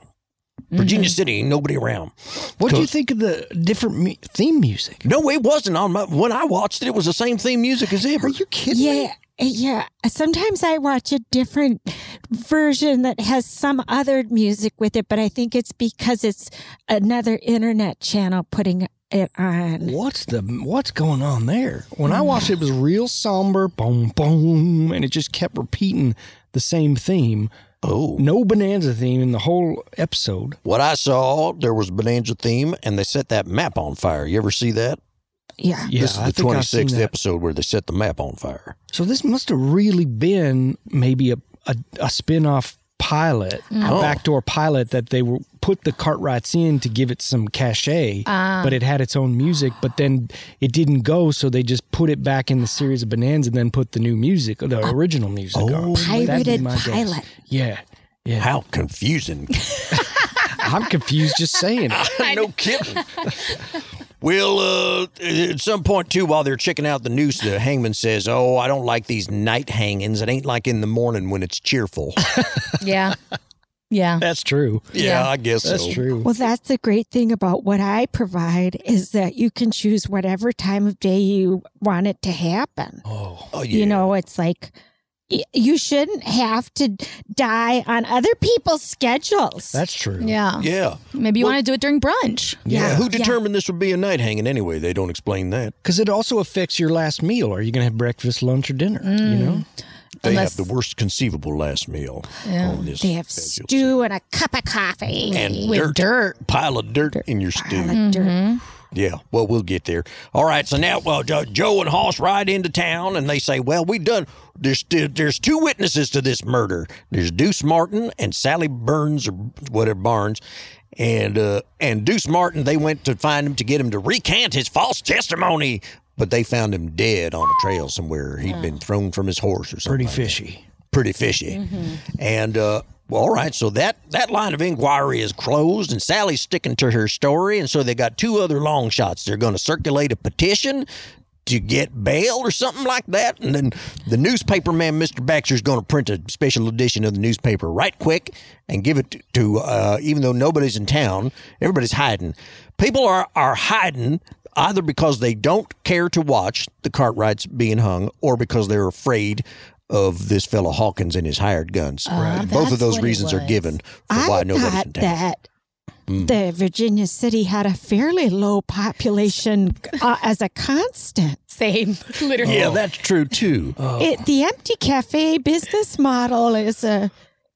Virginia City, ain't nobody around.
What do you
Cause-
think of the different mu- theme music?
no, it wasn't on my. When I watched it, it was the same theme music as ever. Are you kidding?
Yeah. Yeah, sometimes I watch a different version that has some other music with it, but I think it's because it's another internet channel putting it on.
What's the what's going on there? When I watched it, it was real somber, boom, boom, and it just kept repeating the same theme.
Oh,
no bonanza theme in the whole episode.
What I saw, there was Bonanza theme, and they set that map on fire. You ever see that?
Yeah,
Yeah,
this is
I
the
think I've seen
26th
that.
episode where they set the map on fire.
So this must have really been maybe a a, a spin off pilot,
Oh.
a backdoor pilot that they were put the Cartwrights in to give it some cachet,
Ah.
but it had its own music. But then it didn't go, so they just put it back in the series of Bonanza, and then put the new music, the original music. on. That'd be
Pirated
my guess.
pilot.
Yeah, yeah.
How confusing!
I'm confused just saying.
no kidding. Well, uh, at some point too, while they're checking out the noose, the hangman says, "Oh, I don't like these night hangings. It ain't like in the morning when it's cheerful."
yeah. Yeah.
That's true.
yeah, I guess
That's
so.
true.
Well, that's the great thing about what I provide is that you can choose whatever time of day you want it to happen.
Oh, oh
You know, it's like y- you shouldn't have to die on other people's schedules.
That's true.
Yeah.
Yeah.
Maybe you want to do it during brunch.
Yeah. Who determined this would be a night hanging anyway? They don't explain that.
Because it also affects your last meal. Are you going to have breakfast, lunch, or dinner? You know,
They
Unless-
have the worst conceivable last meal
Yeah.
on this.
They have stew and a cup of coffee
and
with
dirt, pile of dirt, in your stew.
Mm-hmm.
dirt.
Yeah, well, we'll get there. All right, so now well, Jo- Joe and Hoss ride into town, and they say, "Well, we done. There's there's two witnesses to this murder. There's Deuce Martin and Sally Burns or whatever Barnes, and uh, and Deuce Martin. They went to find him to get him to recant his false testimony, but they found him dead on a trail somewhere. he had been thrown from his horse or something.
pretty
like that.
fishy.
Pretty fishy. And uh, well, all right, so that that line of inquiry is closed, and Sally's sticking to her story, and so they got two other long shots. They're going to circulate a petition to get bail or something like that, and then the newspaper man, Mister Baxter's going to print a special edition of the newspaper right quick and give it to, to uh, even though nobody's in town, everybody's hiding. People are are hiding. Either because they don't care to watch the Cartwrights being hung, or because they're afraid of this fellow Hawkins and his hired guns.
Oh,
Right.
Both of
that's
those
what it
reasons are
was.
given for why
I
nobody's
thought
in town.
that
Mm.
the Virginia City had a fairly low population uh, as a constant.
Same, literally.
Yeah, that's true too.
Oh.
It, the empty cafe business model is a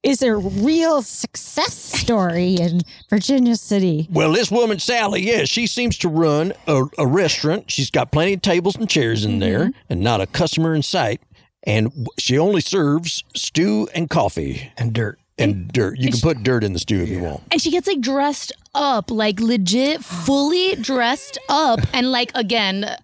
is a real success story in Virginia City.
Well, this woman Sally, yeah, she seems to run a, a restaurant. She's got plenty of tables and chairs in there,
Mm-hmm.
and not a customer in sight. And w- she only serves stew and coffee
and dirt
and dirt. You can put dirt in the stew if you want.
And she gets like dressed up, like legit, fully dressed up. And like, again,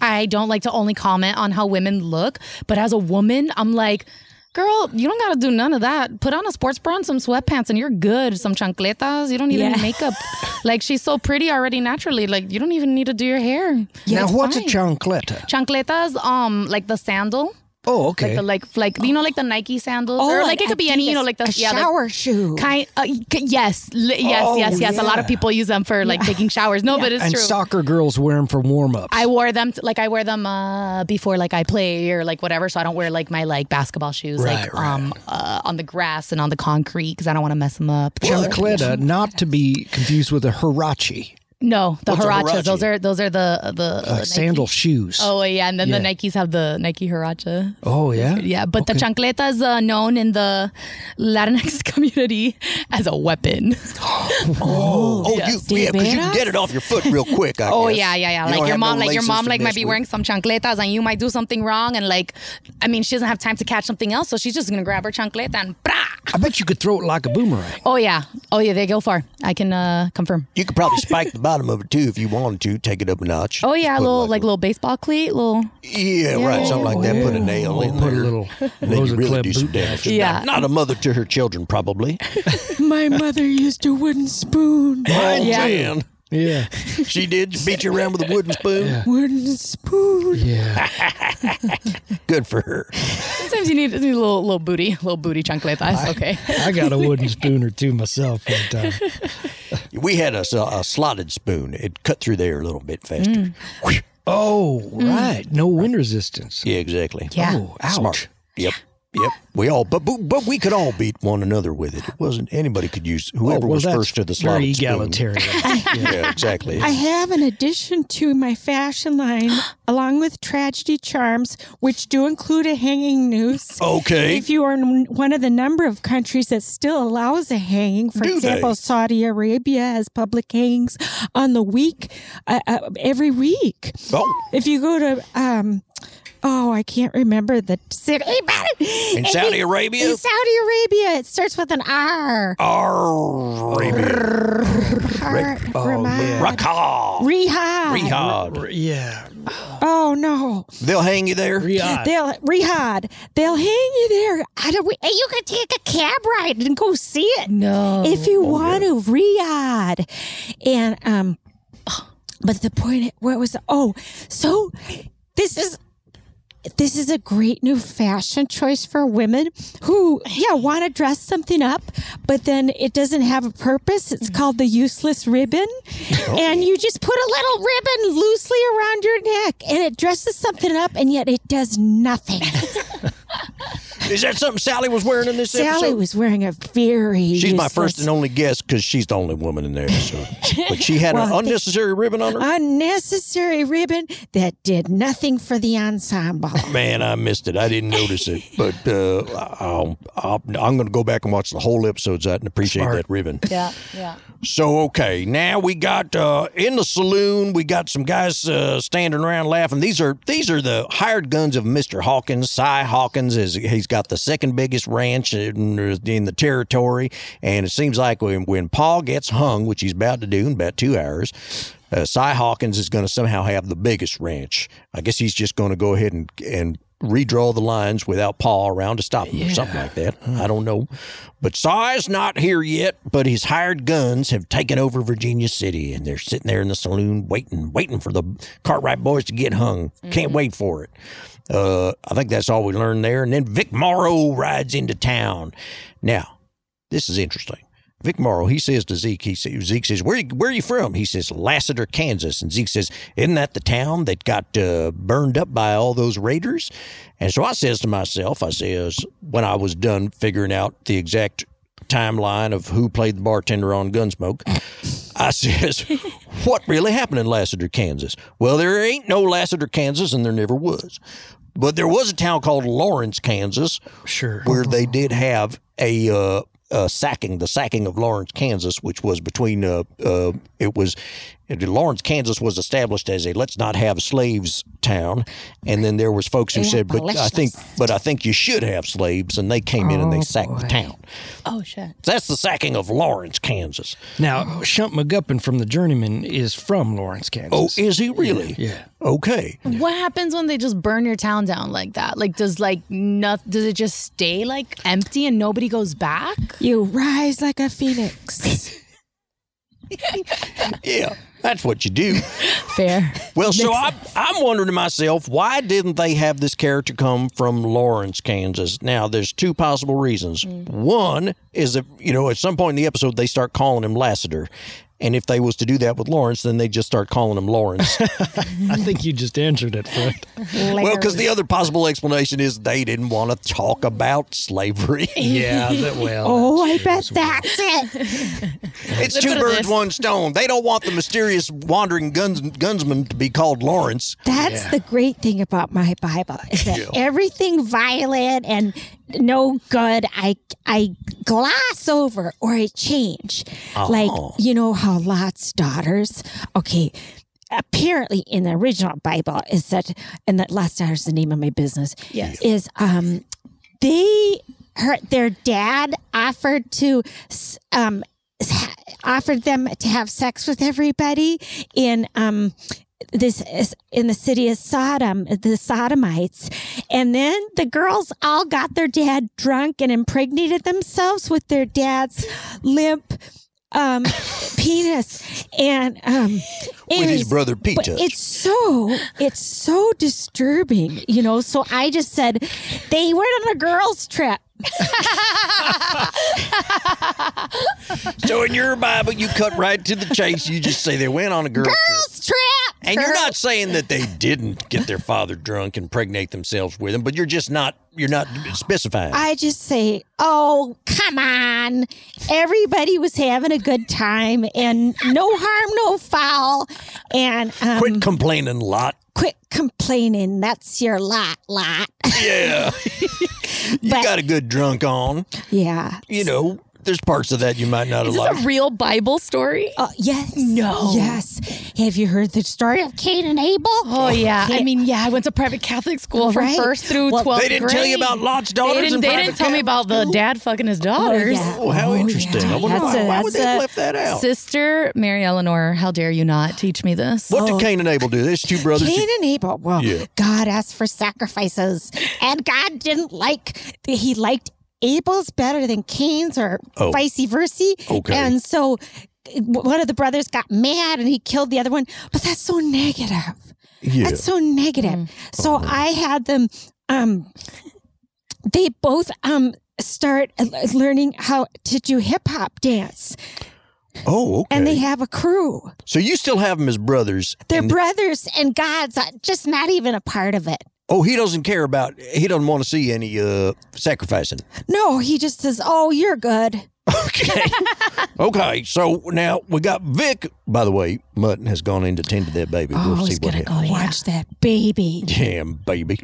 I don't like to only comment on how women look, but as a woman, I'm like, girl, you don't got to do none of that. Put on a sports bra and some sweatpants and you're good. Some chancletas. You don't need
Yeah.
any makeup. like, she's so pretty already naturally. Like, you don't even need to do your hair.
now,
It's
what's
fine.
a chancleta?
Chancletas, um, like the sandal.
Oh, okay.
Like the like, like you know, like the Nike sandals,
Oh,
or like
an
it could be any, you know, like the
a
yeah, the-
shower shoe.
Kind, uh, y- yes, li- yes,
Oh,
yes, yes. A lot of
yeah.
people use them for like taking showers. No, but it's
and
true.
soccer girls wear them for warm ups.
I wore them t- like I wear them uh, before like I play or like whatever, so I don't wear like my like basketball shoes like
Right, right.
um uh, on the grass and on the concrete because I don't want to mess them up.
Chancleta, not to be confused with a uh, hirachi,
No, the
What's a
hirachas.
huarache?
Those are those are the the
uh,
uh, Nike-
sandal shoes.
Oh yeah, and then the
Yeah.
Nikes have the Nike hiracha.
Oh, yeah?
yeah. But the
Okay.
chancleta is uh, known in the Latinx community as a weapon.
Oh, oh,
Yes.
you, yeah, because you
Diabetes?
can get it off your foot real quick. I
oh
guess.
yeah, yeah, yeah.
You don't
Like your
have
mom,
no
like your
laces
mom,
to
like might
mess
be
with.
wearing some chancletas, and you might do something wrong, and like, I mean, she doesn't have time to catch something else, so she's just gonna grab her chancleta and.
I bet you could throw it like a boomerang.
Oh yeah, oh yeah, they go far. I can uh, confirm.
You could probably spike the bottom of it too if you wanted to. Take it up a notch.
Oh yeah, little like little baseball cleat, little.
Yeah, right. Something like that. Put a nail in there. Put a little. And then you really do some damage.
Yeah.
Not, not a mother to her children, probably.
Oh,
My mother used a wooden spoon.
Oh man.
Yeah.
She did beat you around with a wooden spoon.
Wooden spoon.
Yeah.
Good for her.
Sometimes you need, you need a little little booty, little booty chancletas. okay.
I got a wooden spoon or two myself one time.
We had a, s- a slotted spoon. It cut through there a little bit faster.
Mm.
Oh, right. No wind resistance.
Yeah, exactly.
Yeah. Oh, ouch.
Smart. Yep. Yep. We all, but, but but we could all beat one another with it. It wasn't anybody could use
Oh,
whoever
well,
was
that's
first to the slotted
very
spoon.
egalitarian.
yeah. exactly.
I have an addition to my fashion line, along with tragedy charms, which do include a hanging noose.
Okay.
If you are in one of the number of countries that still allows a hanging, for
Do
example,
they?
Saudi Arabia has public hangings on the week, uh, uh, every week.
Oh.
If you go to, um, oh, I can't remember the city.
In Saudi Arabia?
In Saudi Arabia. It starts with an R.
Arabia.
Ramad.
Raqqa.
Riyadh.
Riyadh.
Yeah.
Oh no.
They'll hang you there.
They'll Riyadh. They'll hang you there. I don't. we- You can take a cab ride and go see it.
No, Oh,
if you want to, Riyadh, and um. But the point, what was? Oh, so this is this is a great new fashion choice for women who, yeah, want to dress something up, but then it doesn't have a purpose. It's called the useless ribbon. And you just put a little ribbon loosely around your neck and it dresses something up and yet it does nothing.
Is that something Sally was wearing in this
Sally
episode?
was wearing a very.
She's my
useless-
first and only guest because she's the only woman in there. So. But she had an
Well, they-
unnecessary ribbon on her.
Unnecessary ribbon that did nothing for the ensemble.
Man, I missed it. I didn't notice it. But uh, I'll, I'll, I'm going to go back and watch the whole episode so I can appreciate that ribbon.
Yeah, yeah.
So, okay, now we got uh, in the saloon, we got some guys uh, standing around laughing. These are these are the hired guns of Mr. Hawkins. Cy Hawkins is he's got the second biggest ranch in, in the territory. And it seems like when, when Paul gets hung, which he's about to do in about two hours, uh, Cy Hawkins is going to somehow have the biggest ranch. I guess he's just going to go ahead and, and redraw the lines without Paul around to stop him or something like that. I don't know. But Cy's not here yet, but his hired guns have taken over Virginia City and they're sitting there in the saloon waiting, waiting for the Cartwright boys to get hung. Can't wait for it. Uh, I think that's all we learned there. And then Vic Morrow rides into town. Now, this is interesting. Vic Morrow, he says to Zeke, he says, Zeke says, where, where are you from? He says, Lassiter, Kansas. And Zeke says, isn't that the town that got uh, burned up by all those raiders? And so I says to myself, I says, when I was done figuring out the exact timeline of who played the bartender on Gunsmoke, I says, what really happened in Lassiter, Kansas? Well, there ain't no Lassiter, Kansas, and there never was. But there was a town called Lawrence, Kansas,
sure,
where they did have a uh, uh, sacking, the sacking of Lawrence, Kansas, which was between. Uh, uh, it was Lawrence, Kansas, was established as a let's not have slaves town, and then there was folks who
Yeah,
said, but I
abolitionists.
think, but I think you should have slaves, and they came in and they sacked the town.
Oh shit.
So that's the sacking of Lawrence, Kansas.
Now, Shump McGuppin from The Journeyman is from Lawrence, Kansas.
Oh, is he really?
Yeah.
Okay.
What happens when they just burn your town down like that? Like, does like nothing? Does it just stay like empty and nobody goes back?
You rise like a phoenix.
Yeah, that's what you do.
Fair.
Well, so I'm, I'm wondering to myself, why didn't they have this character come from Lawrence, Kansas? Now, there's two possible reasons.
Mm.
One is that, you know, at some point in the episode, they start calling him Lassiter. And if they was to do that with Lawrence, then they just start calling him Lawrence.
I think you just answered it, Fred.
well, because the other possible explanation is they didn't want to talk about slavery.
Yeah, that- well.
oh, I bet that's it.
It's two birds, one stone. They don't want the mysterious wandering guns, gunsman to be called Lawrence.
That's the great thing about my Bible is that
Yeah.
everything violent and no good I I gloss over or I change.
Uh-huh.
Oh.
Like you know how Lot's daughters okay apparently in the original Bible is that and that Lot's daughters is the name of my business.
Yes.
Is um they her their dad offered to s- um s- offered them to have sex with everybody in um this is in the city of Sodom, the Sodomites. And then the girls all got their dad drunk and impregnated themselves with their dad's limp um penis and um
With his
is-
brother
but
Peter.
it's so it's so disturbing you know so i just said they went on a girls trip
So in your Bible, you cut right to the chase. You just say they went on a girl trip.
girls trip
And you're not saying that they didn't get their father drunk and impregnate themselves with him, but you're just not you're not specifying.
I just say, oh, come on. Everybody was having a good time and no harm, no foul. And um,
Quit complaining, lot.
quit complaining. That's your lot, lot.
Yeah, you
But-
got a good drunk on.
Yeah.
You know, there's parts of that you might not have liked.
real Bible story? Uh, yes. No. Yes. Have you heard the story of Cain and Abel?
Oh yeah, I mean yeah, I went to private Catholic school from
Right.
first through
Well,
twelfth.
They didn't tell you
grade.
about Lot's
They
daughters
didn't,
in
they
private
didn't tell me about the dad fucking his daughters.
Oh, how interesting! I wonder why, why would
uh,
they left that out?
Sister Mary Eleanor, how dare you not teach me this?
What did Cain and Abel do? There's two brothers.
Oh, Cain and Abel. Well,
Yeah.
God asked for sacrifices, and God didn't like. He liked Abel's better than Cain's, or
Oh.
vice versa.
Okay.
And so, w- one of the brothers got mad, and he killed the other one. But that's so negative.
Yeah.
That's so negative. So
Oh,
I had them. Um, they both um start uh, learning how to do hip hop dance,
oh, okay.
and they have a crew.
so you still have them as brothers.
They're brothers, and God's just not even a part of it.
Oh, he doesn't care about. He doesn't want to see any uh, sacrificing.
No, he just says, "Oh, you're good."
Okay, so now we got Vic. By the way, Mutton has gone in to tend to that baby.
oh,
we'll see
he's
what
gonna
happens.
go watch that baby.
Damn, baby.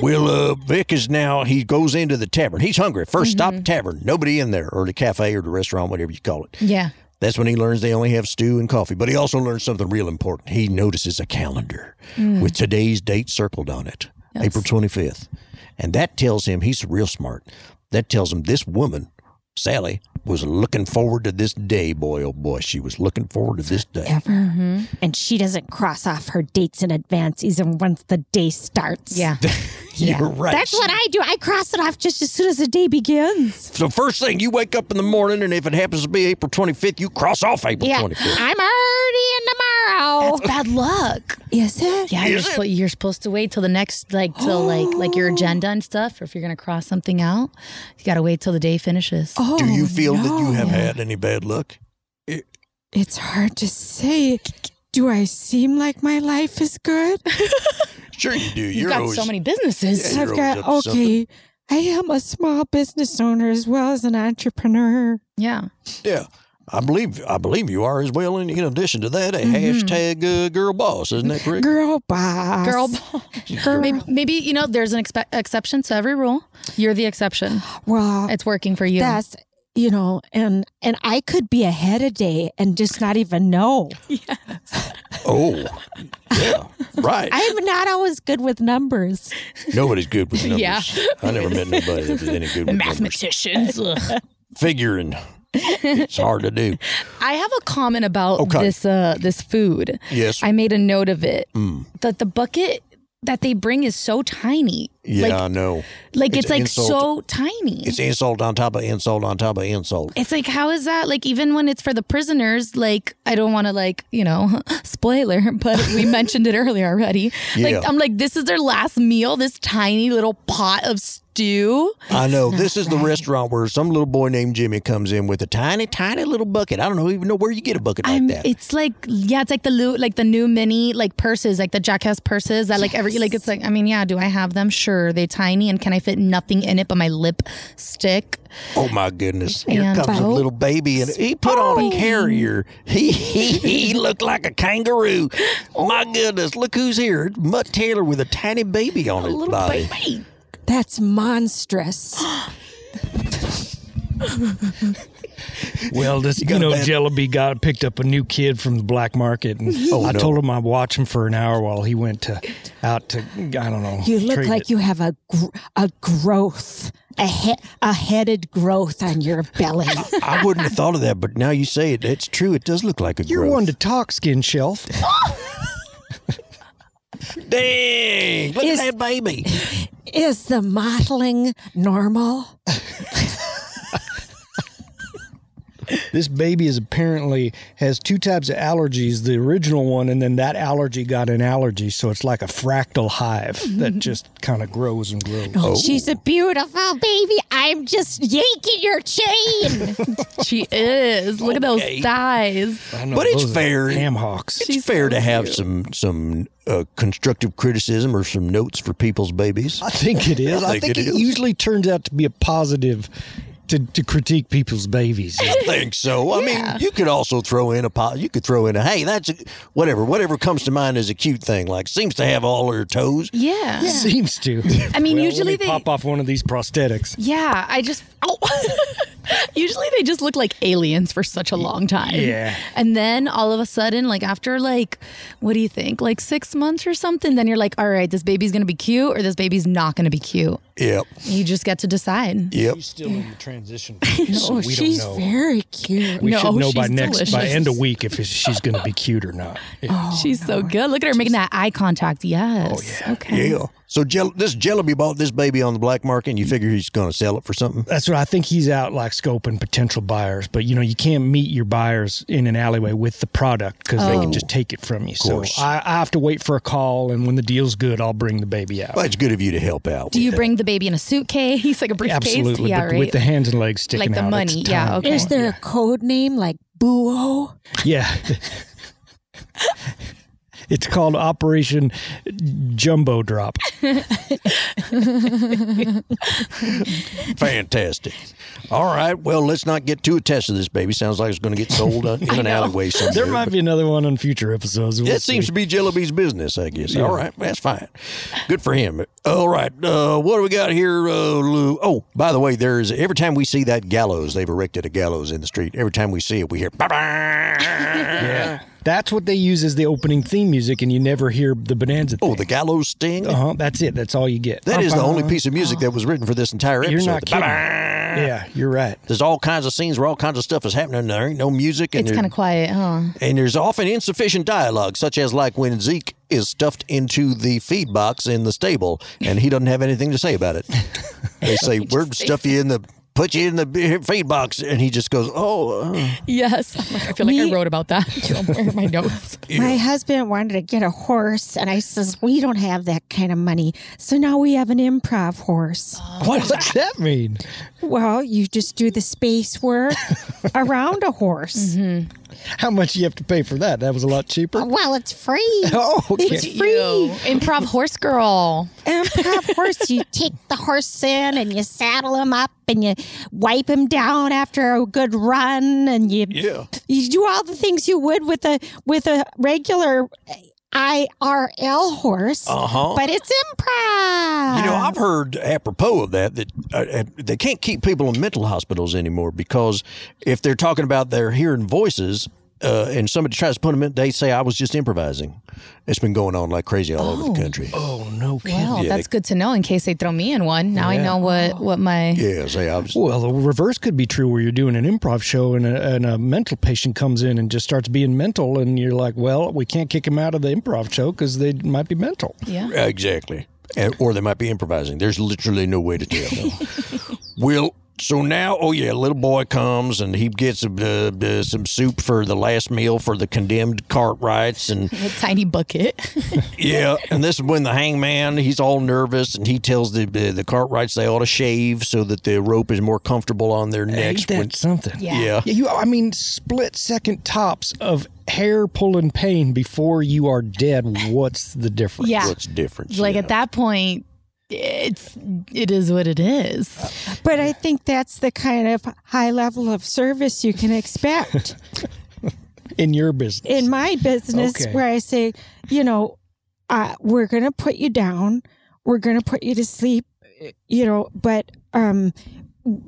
well, uh, Vic is now, he goes into the tavern. He's hungry. 1st
Mm-hmm.
stop, tavern. Nobody in there, or the cafe, or the restaurant, whatever you call it.
Yeah.
That's when he learns they only have stew and coffee. But he also learns something real important. He notices a calendar
Mm.
with today's date circled on it, April 25th. And that tells him he's real smart. That tells him this woman, Sally, was looking forward to this day, boy, oh boy. She was looking forward to this day.
Ever. And she doesn't cross off her dates in advance, even once the day starts. Yeah.
You're right.
That's what I do. I cross it off just as soon as the day begins.
So first thing you wake up in the morning, and if it happens to be April 25th, you cross off April
yeah.
25th.
I'm already in tomorrow.
That's bad luck.
Is it?
Yeah, you're, suppo- you're supposed to wait till the next, like, till like, like your agenda and stuff. Or if you're gonna cross something out, you gotta wait till the day finishes.
Oh,
Do you feel that you have had any bad luck?
It's hard to say. Do I seem like my life is good?
Sure you do.
You've
You're
got
always,
so many businesses.
Yeah, you're
I've
always
got
up to
okay. I am a small business owner as well as an entrepreneur.
Yeah.
Yeah. I believe I believe you are as well. In, in addition to that, a hashtag uh, girl boss, isn't that correct?
Mm-hmm. Girl boss.
Girl, boss. Maybe, maybe, you know there's an expe- exception to every rule. You're the exception.
Well,
it's working for you.
That's you know, and and I could be ahead a day and just not even know.
Oh, yeah, right.
I'm not always good with numbers.
Nobody's good with numbers.
Yeah.
I never met nobody that was any good with numbers.
Mathematicians. ugh.
Figuring, it's hard to do.
I have a comment about
Okay.
this uh, this food.
Yes.
I made a note of it.
Mm.
That the bucket that they bring is so tiny.
Yeah,
Like,
I know.
like it's, like
insult-
so tiny.
It's insult on top of insult on top of insult.
It's like how is that like even when it's for the prisoners like I don't want to like you know spoiler but we mentioned it earlier already
Yeah.
like I'm like this is their last meal this tiny little pot of stew
I know. This is the restaurant where some little boy named Jimmy comes in with a tiny, tiny little bucket. I don't know even know where you get a bucket like that.
it's like yeah it's like the lu- like the new mini like purses like the jackass purses that like every like it's like I mean yeah do I have them sure they tiny and can I fit nothing in it but my lip stick
Oh my goodness! Here
And
comes a
boat.
little baby, and he put on a carrier. He he he looked like a kangaroo. My goodness! Look who's here! It's Mutt Taylor with a tiny baby on his body.
baby
That's monstrous.
Well, this
You
you,
got a
know
bad-
Jellyby got picked up a new kid from the black market, and
Oh,
I
no.
told him I'd watch him for an hour while he went to out to I don't know.
You look
trade
like
it.
you have a gr- a growth, a he- a headed growth on your belly.
I wouldn't have thought of that, but now you say it, it's true. It does look like a
You're
growth.
one to talk, skin shelf.
Dang! Look
Is-
at that baby.
Is the modeling normal?
this baby is apparently has two types of allergies the original one and then that allergy got an allergy so it's like a fractal hive
Mm-hmm.
that just kind of grows and grows
She's a beautiful baby. I'm just yanking your chain.
she is. Look at those thighs.
But it's fair.
ham hawks.
It's fair to have some some uh, constructive criticism or some notes for people's babies.
i think it is i think, it, usually turns out to be a positive to, to critique people's babies
I think so. I mean, you could also throw in a pot. You could throw in a hey, that's a, whatever. Whatever comes to mind is a cute thing. Like seems to have all her toes.
Yeah.
seems to
I mean,
Well, let
usually
me
they.
pop off one of these prosthetics
Yeah, I just. Oh. Usually they just look like aliens for such a long time.
yeah.
And then all of a sudden, like after like, what do you think? Like six months or something, then you're like, all right, this baby's going to be cute or this baby's not going to be cute.
Yep.
You just get to decide.
Yep.
She's still in the transition.
No,
so we
she's
don't know.
Very cute.
We should know by
she's
next by
delicious. Oh.
end of week if she's going to be cute or not.
She's Oh, so good. Look at her making that eye contact. Yes. Okay.
Yeah. So Jell- this Jellyby bought this baby on the black market, and you figure he's going to sell it for something.
That's what I think he's out like scoping potential buyers, but you know you can't meet your buyers in an alleyway with the product because they
Oh.
can just take it from you. So
course.
I, I have to wait for a call, and when the deal's good, I'll bring the baby out.
Well, it's good of you to help out.
Do you bring the baby in a suitcase, like a briefcase?
Absolutely,
Yeah,
but
right.
with the hands and legs sticking
Like the
out,
money,
it's
yeah,
time.
okay.
Is there a code name like Buo?
yeah. it's called Operation Jumbo Drop.
Fantastic. All right. Well, let's not get too attached to this baby. Sounds like it's going to get sold uh, in an alleyway somewhere.
There might
but
be another one on future episodes. We'll
That seems
see.
to be Jellybee's business, I guess. All right, that's fine. Good for him. All right, uh, what do we got here, uh, Lou? Oh, by the way, there's every time we see that gallows, they've erected a gallows in the street. Every time we see it, we hear bah,
Yeah. That's what they use as the opening theme music, and you never hear the bonanza.
Oh, the gallows sting.
Uh huh. That's it. That's all you get.
That is the only
Ba-ba.
piece of music that was written for this entire episode.
Uh-huh. You're not
The
kidding.
bah-bah.
Yeah, you're right.
There's all kinds of scenes where all kinds of stuff is happening. and There ain't no music, and
it's
there-
kind of quiet, huh?
And there's often insufficient dialogue, such as like when Zeke is stuffed into the feed box in the stable and he doesn't have anything to say about it. They say, We're stuff you in the put you in the b- feed box and he just goes, Oh uh,
Yes. I'm like, I feel like I wrote about that somewhere in my notes.
My husband wanted to get a horse, and I says we don't have that kind of money. So now we have an improv horse.
What does that mean?
Well, you just do the space work around a horse.
Mm-hmm. How much you have to pay for that? That was a lot cheaper.
Well, it's free.
Oh, okay.
It's free.
Improv horse girl.
Improv horse. You take the horse in and you saddle him up and you wipe him down after a good run and you
Yeah.
you do all the things you would with a with a regular IRL horse.
Uh-huh.
But it's improv.
You know, I've heard apropos of that that uh, uh, they can't keep people in mental hospitals anymore because if they're talking about they're hearing voices uh, and somebody tries to put them in, they say I was just improvising. It's been going on like crazy all over the country.
Oh no kidding.
Well,
Yeah,
that's good to know in case they throw me in one. Now I know what, what my.
Yeah, say I was.
Well, the reverse could be true where you're doing an improv show and a, and a mental patient comes in and just starts being mental, and you're like, well, we can't kick them out of the improv show because they might be mental.
Yeah.
Uh, Exactly. And, or they might be improvising. There's literally no way to tell. well, so now, oh yeah, little boy comes and he gets uh, uh, some soup for the last meal for the condemned Cartwrights, and
A tiny bucket.
yeah, and this is when the hangman he's all nervous and he tells the uh, the Cartwrights they ought to shave so that the rope is more comfortable on their necks.
Ain't that
when-
something?
yeah.
Yeah, you. I mean, split second tops of hair pulling pain before you are dead. What's the difference?
Yeah.
What's different?
like
yeah.
at that point, it's it is what it is.
But I think that's the kind of high level of service you can expect
In your business.
in my business,
Okay.
where I say, you know, uh, we're going to put you down, we're going to put you to sleep. you know, but um,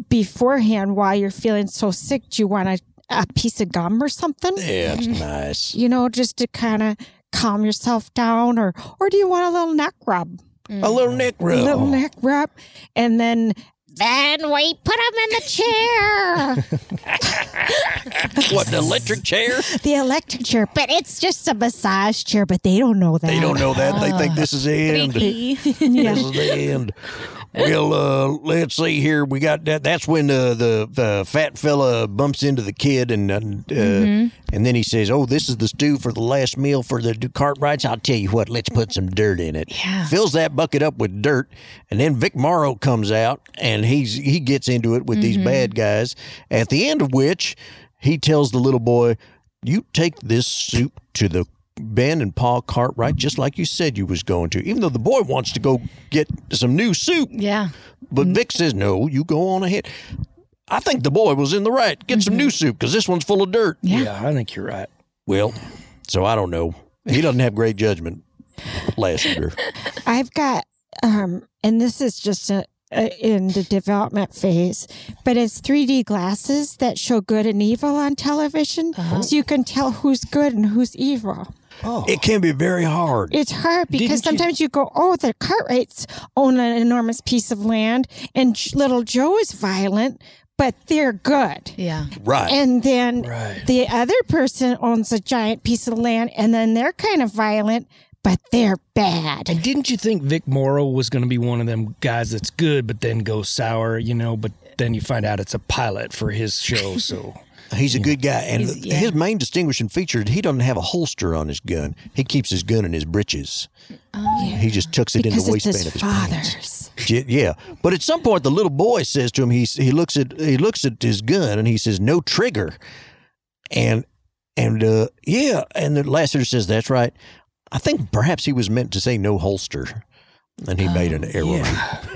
beforehand, while you're feeling so sick, do you want a, a piece of gum or something?
Yeah, it's nice.
You know, just to kind of calm yourself down, or or do you want a little neck rub?
A little neck rub.
little neck rub, and then
Then we put him in the chair.
What, the electric chair?
the electric chair. But it's just a massage chair, but they don't know that.
They don't know that. They think this is the end.
Yeah.
This is the end. Well, uh, let's see here. We got that. That's when uh, the the fat fella bumps into the kid, and uh, uh
Mhm.
and then he says, "Oh, this is the stew for the last meal for the Cartwrights." I'll tell you what. Let's put some dirt in it.
Yeah.
Fills that bucket up with dirt, and then Vic Morrow comes out, and he's he gets into it with these
Mhm.
bad guys. At the end of which, he tells the little boy, "You take this soup to the." Ben and Pa Cartwright, just like you said you was going to. Even though the boy wants to go get some new soup,
yeah.
but Vic says, no, you go on ahead. I think the boy was in the right. Get some new soup because this one's full of dirt.
Yeah.
I think you're right. Well, so I don't know. He doesn't have great judgment last year.
I've got, um, and this is just a, a, in the development phase, but it's 3D glasses that show good and evil on television,
Uh-huh.
so you can tell who's good and who's evil.
Oh,
It can be very hard.
It's hard
Didn't
because
you-
sometimes you go, oh, the Cartwrights own an enormous piece of land, and J- little Joe is violent, but they're good.
Yeah.
Right.
And then the other person owns a giant piece of land, and then they're kind of violent, but they're bad.
And didn't you think Vic Morrow was going to be one of them guys that's good, but then goes sour, you know? But then you find out it's a pilot for his show, so
he's a good guy. And
He's- yeah.
his main distinguishing feature is he doesn't have a holster on his gun. He keeps his gun in his breeches. He just tucks it in
Oh, Because
the
it's
waistband
his
of his
father's.
J- Yeah, but at some point the little boy says to him, he he looks at he looks at his gun and he says, "No trigger," and and uh, yeah, and the Lassiter says, "That's right." I think perhaps he was meant to say no holster, and he made
Oh,
an error.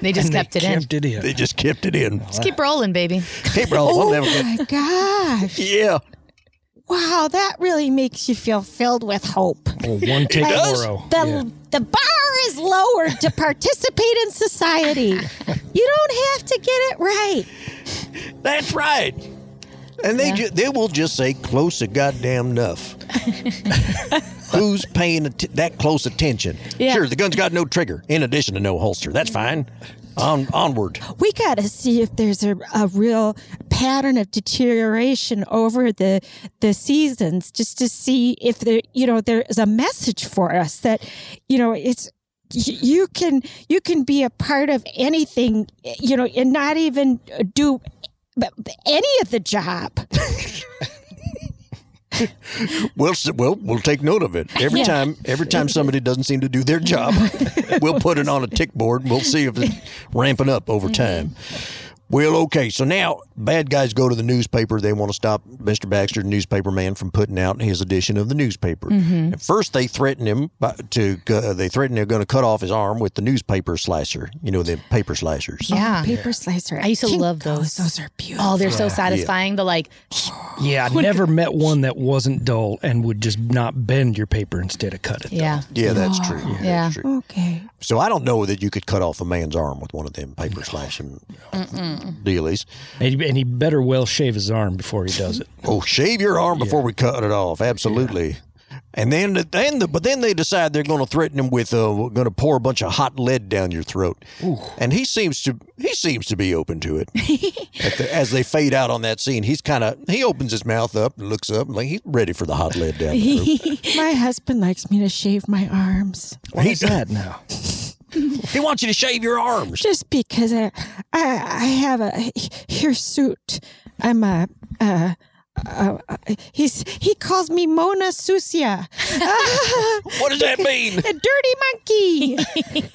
They just kept it in.
it in. They just kept it in.
Just keep rolling, baby.
Keep rolling. We'll never get-
Oh my gosh.
Yeah.
Wow, that really makes you feel filled with hope.
well, one take
Like,
Morrow.
The, the bar is lowered to participate in society. you don't have to get it right.
That's right. And they ju- they will just say close a goddamn enough. Who's paying att- that close attention?
Yeah.
Sure, the gun's got no trigger in addition to no holster. That's fine. On onward.
We got to see if there's a, a real pattern of deterioration over the the seasons, just to see if there, you know, there is a message for us that, you know, it's y- you can you can be a part of anything, you know, and not even do b- b- any of the job.
We'll s- we'll we'll take note of it every
Yeah.
time. Every time somebody doesn't seem to do their job, we'll put it on a tick board. and We'll see if it's ramping up over time. Well, okay. So now bad guys go to the newspaper. They want to stop Mr. Baxter, the newspaper man, from putting out his edition of the newspaper.
Mhm.
At first, they threaten him by, to. Uh, they threaten they're going to cut off his arm with the newspaper slicer. You know the paper slicers.
Yeah.
oh, paper slicer.
I used to love those. Those
are
beautiful. Oh, they're so
Yeah.
satisfying. The like,
Yeah, I never met one that wasn't dull and would just not bend your paper instead of cut it.
yeah.
Yeah, that's true. Yeah,
Yeah.
that's true.
Okay.
So I don't know that you could cut off a man's arm with one of them paper slashing dealies.
And he, and he better well shave his arm before he does it.
Oh, shave your arm before we cut it off. Absolutely. And then, then the, but then they decide they're going to threaten him with uh, going to pour a bunch of hot lead down your throat. And he seems to he seems to be open to it. At the- as they fade out on that scene, he's kind of he opens his mouth up and looks up and like he's ready for the hot lead down the throat.
My husband likes me to shave my arms.
What is that now? he wants you to shave your arms.
Just because I, I, I have a hirsute. I'm a. Uh, uh, he's he calls me Mona Susia.
what does that mean?
A dirty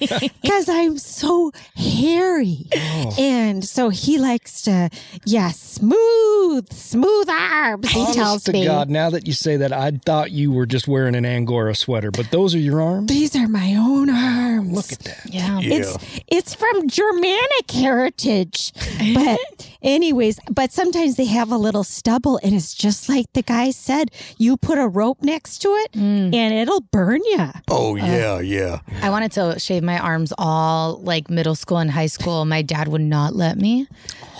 monkey. Because I'm so hairy,
Oh.
and so he likes to, yeah, smooth, smooth arms. He
Honest
tells
to
me.
God, now that you say that, I thought you were just wearing an Angora sweater, but those are your arms.
These are my own arms. Look at
that. Yeah.
It's it's from Germanic heritage. But Anyways, but sometimes they have a little stubble, and it's just like the guy said you put a rope next to it, and it'll burn you.
Oh yeah, yeah.
I wanted to shave my arms all like middle school and high school. My dad would not let me.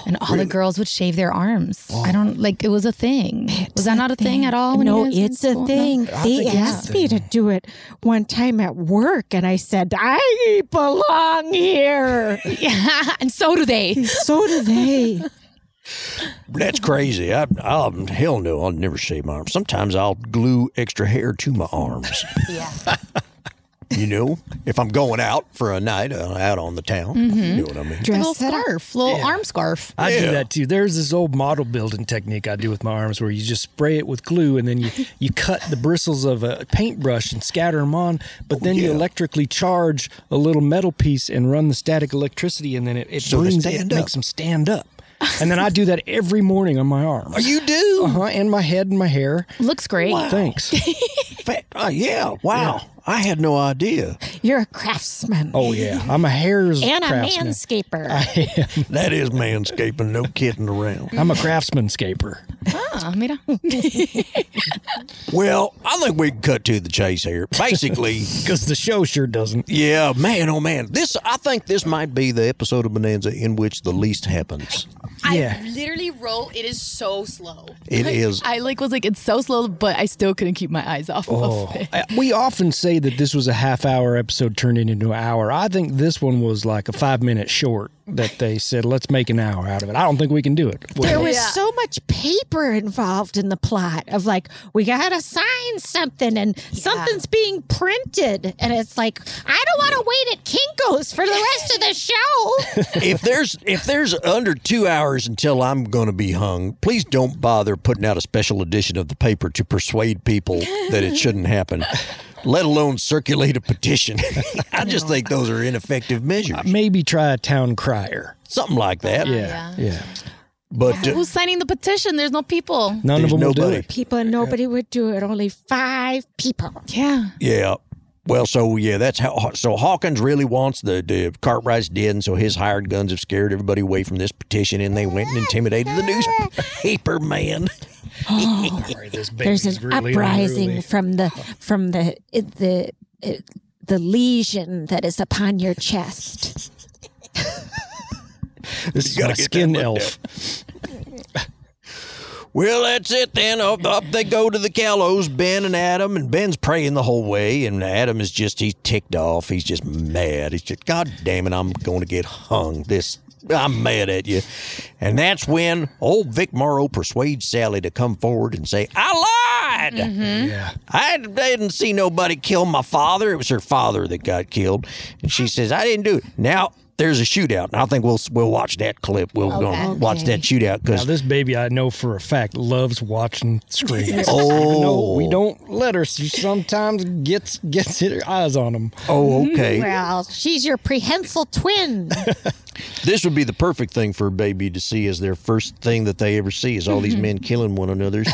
And all the girls would shave their arms.
Oh.
I don't like it was a thing. Was that not a thing, at all? When you
no,
guys were in
it's a
school? No?
thing. They asked me to do it one time at work, and I said, I belong here.
yeah, and so do they.
So do they.
That's crazy. I, I'll hell no. I'll never shave my arms. Sometimes I'll glue extra hair to my arms.
Yeah.
you know, if I'm going out for a night uh, out on the town, you know what I mean.
little scarf, little arm scarf.
I do that too. There's this old model building technique I do with my arms where you just spray it with glue and then you, you cut the bristles of a paintbrush and scatter them on, but then you electrically charge a little metal piece and run the static electricity and then it, it
So they
brings it
stand up.
makes them stand up. And then I do that every morning on my arms.
Oh, You do?
Uh-huh, and my head and my hair.
Looks great.
Thanks.
Oh, yeah. Wow. I had no idea.
You're a craftsman.
Oh yeah, I'm a hair's
And a
craftsman.
manscaper.
That is manscaping. No kidding around.
I'm a craftsmanscaper.
Ah, mira.
Well, I think we can cut to the chase here. Basically,
because the show sure doesn't.
Yeah, man, oh man, this I think this might be the episode of Bonanza in which the least happens.
I literally wrote it is so slow.
It is.
I like was like it's so slow, but I still couldn't keep my eyes off
Oh,
of it.
I- we often say that this was a half hour episode turned into an hour. I think this one was like a five minute short that they said, let's make an hour out of it. I don't think we can do it.
there was so much paper involved in the plot of like we gotta sign something and something's being printed and it's like i don't want to wait at kinkos for the rest of the show
if there's if there's under two hours until I'm going to be hung, please don't bother putting out a special edition of the paper to persuade people that it shouldn't happen. Let alone circulate a petition. I just think those are ineffective measures.
Maybe try a town crier.
Something like
Oh,
that.
Yeah, yeah.
But uh,
Who's signing the petition? There's no people.
None of them will do it.
people nobody would do it only five people
yeah
Yeah. Well, so yeah, that's how. So Hawkins really wants the, the Cartwright's dead, and so his hired guns have scared everybody away from this petition, and they went and intimidated the newspaper man.
oh, there's
baby's
an
really
uprising
unruly.
from the from the it- the it- the lesion that is upon your chest
This is my skin elf.
Well, that's it then. Up, up they go to the gallows, Ben and Adam, and Ben's praying the whole way, and Adam is just he's ticked off. He's just mad. He's just God damn it, I'm going to get hung. This I'm mad at you. And that's when old Vic Morrow persuades Sally to come forward and say, I lied.
Yeah.
I didn't see nobody kill my father. It was her father that got killed, and she says I didn't do it. Now there's a shootout, and I think we'll we'll watch that clip. We'll gonna watch that shootout
Now,
because
this baby I know for a fact loves watching screens.
Oh.
No, we don't let her. She sometimes gets gets her eyes on them.
oh okay,
well she's your prehensile twin
this would be the perfect thing for a baby to see as their first thing that they ever see is all these men killing one another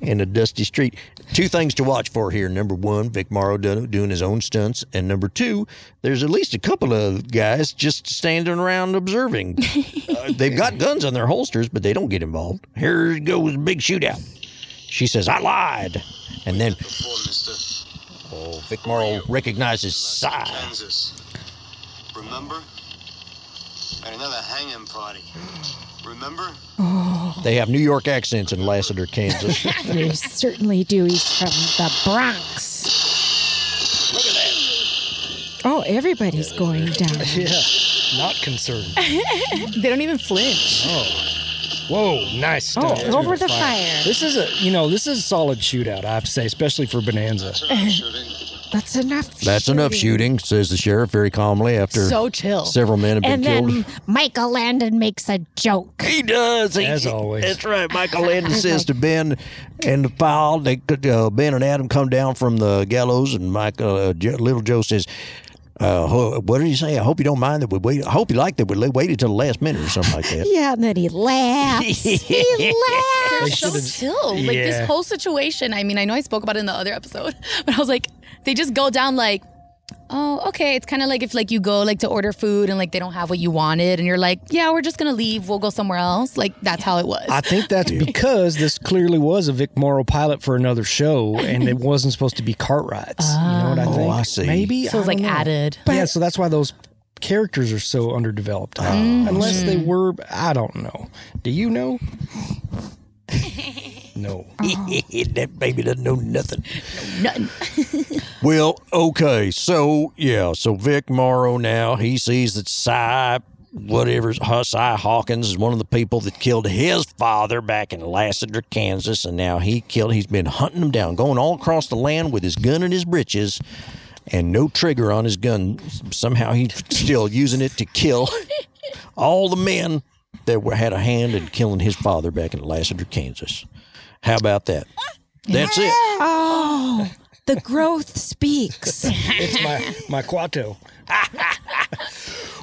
in a dusty street. Two things to watch for here. Number one, Vic Morrow do- doing his own stunts, and number two, there's at least a couple of guys just standing around observing. Uh, they've got guns on their holsters, but they don't get involved. Here goes a big shootout. She says, I lied. And then oh, Vic Morrow recognizes Sy.
Kansas. Remember? At another hanging party. Remember?
They have New York accents in Lassiter, Kansas.
you certainly do he's from the bronx
Look at that.
oh everybody's going down
Yeah. Not concerned.
They don't even flinch.
Whoa, nice
Oh,
stuff.
over the fire.
This is a, you know, this is a solid shootout, I have to say, especially for Bonanza.
That's enough.
That's enough shooting, says the sheriff very calmly after
So chill.
several men have been
And then
killed.
Michael Landon makes a joke.
He does. He,
As always.
e- That's right. Michael Landon says to Ben and the pile, they, could, uh, Ben and Adam come down from the gallows, and Michael, uh, Jo- Little Joe says, uh, ho- what did he say? I hope you don't mind that we wait. I hope you like that we la- waited till the last minute or something like that.
Yeah, and then he laughs. He
They're
laughs.
so chill. Like
Yeah.
this whole situation. I mean, I know I spoke about it in the other episode, but I was like, they just go down like, Oh, okay. It's kind of like if like you go like to order food and like they don't have what you wanted and you're like, "Yeah, we're just going to leave. We'll go somewhere else." Like that's how it was.
I think that's because this clearly was a Vic Morrow pilot for another show, and it wasn't supposed to be Cartwright's. you know what I
Oh.
think?
Oh, I see.
Maybe
So it's,
I
like,
don't know.
added.
yeah, so that's why those characters are so underdeveloped.
Oh.
Unless
Mm.
they were, I don't know. Do you know? no.
that baby doesn't know nothing.
Nothing.
Well, okay. So, yeah. So, Vic Morrow now, he sees that Cy, whatever, Huh, Cy Hawkins is one of the people that killed his father back in Lassiter, Kansas. And now he killed, he's been hunting him down, going all across the land with his gun in his britches and no trigger on his gun. Somehow he's still using it to kill all the men that were, had a hand in killing his father back in Lassiter, Kansas. How about that? That's it.
Oh, the growth speaks.
it's my, my Quato.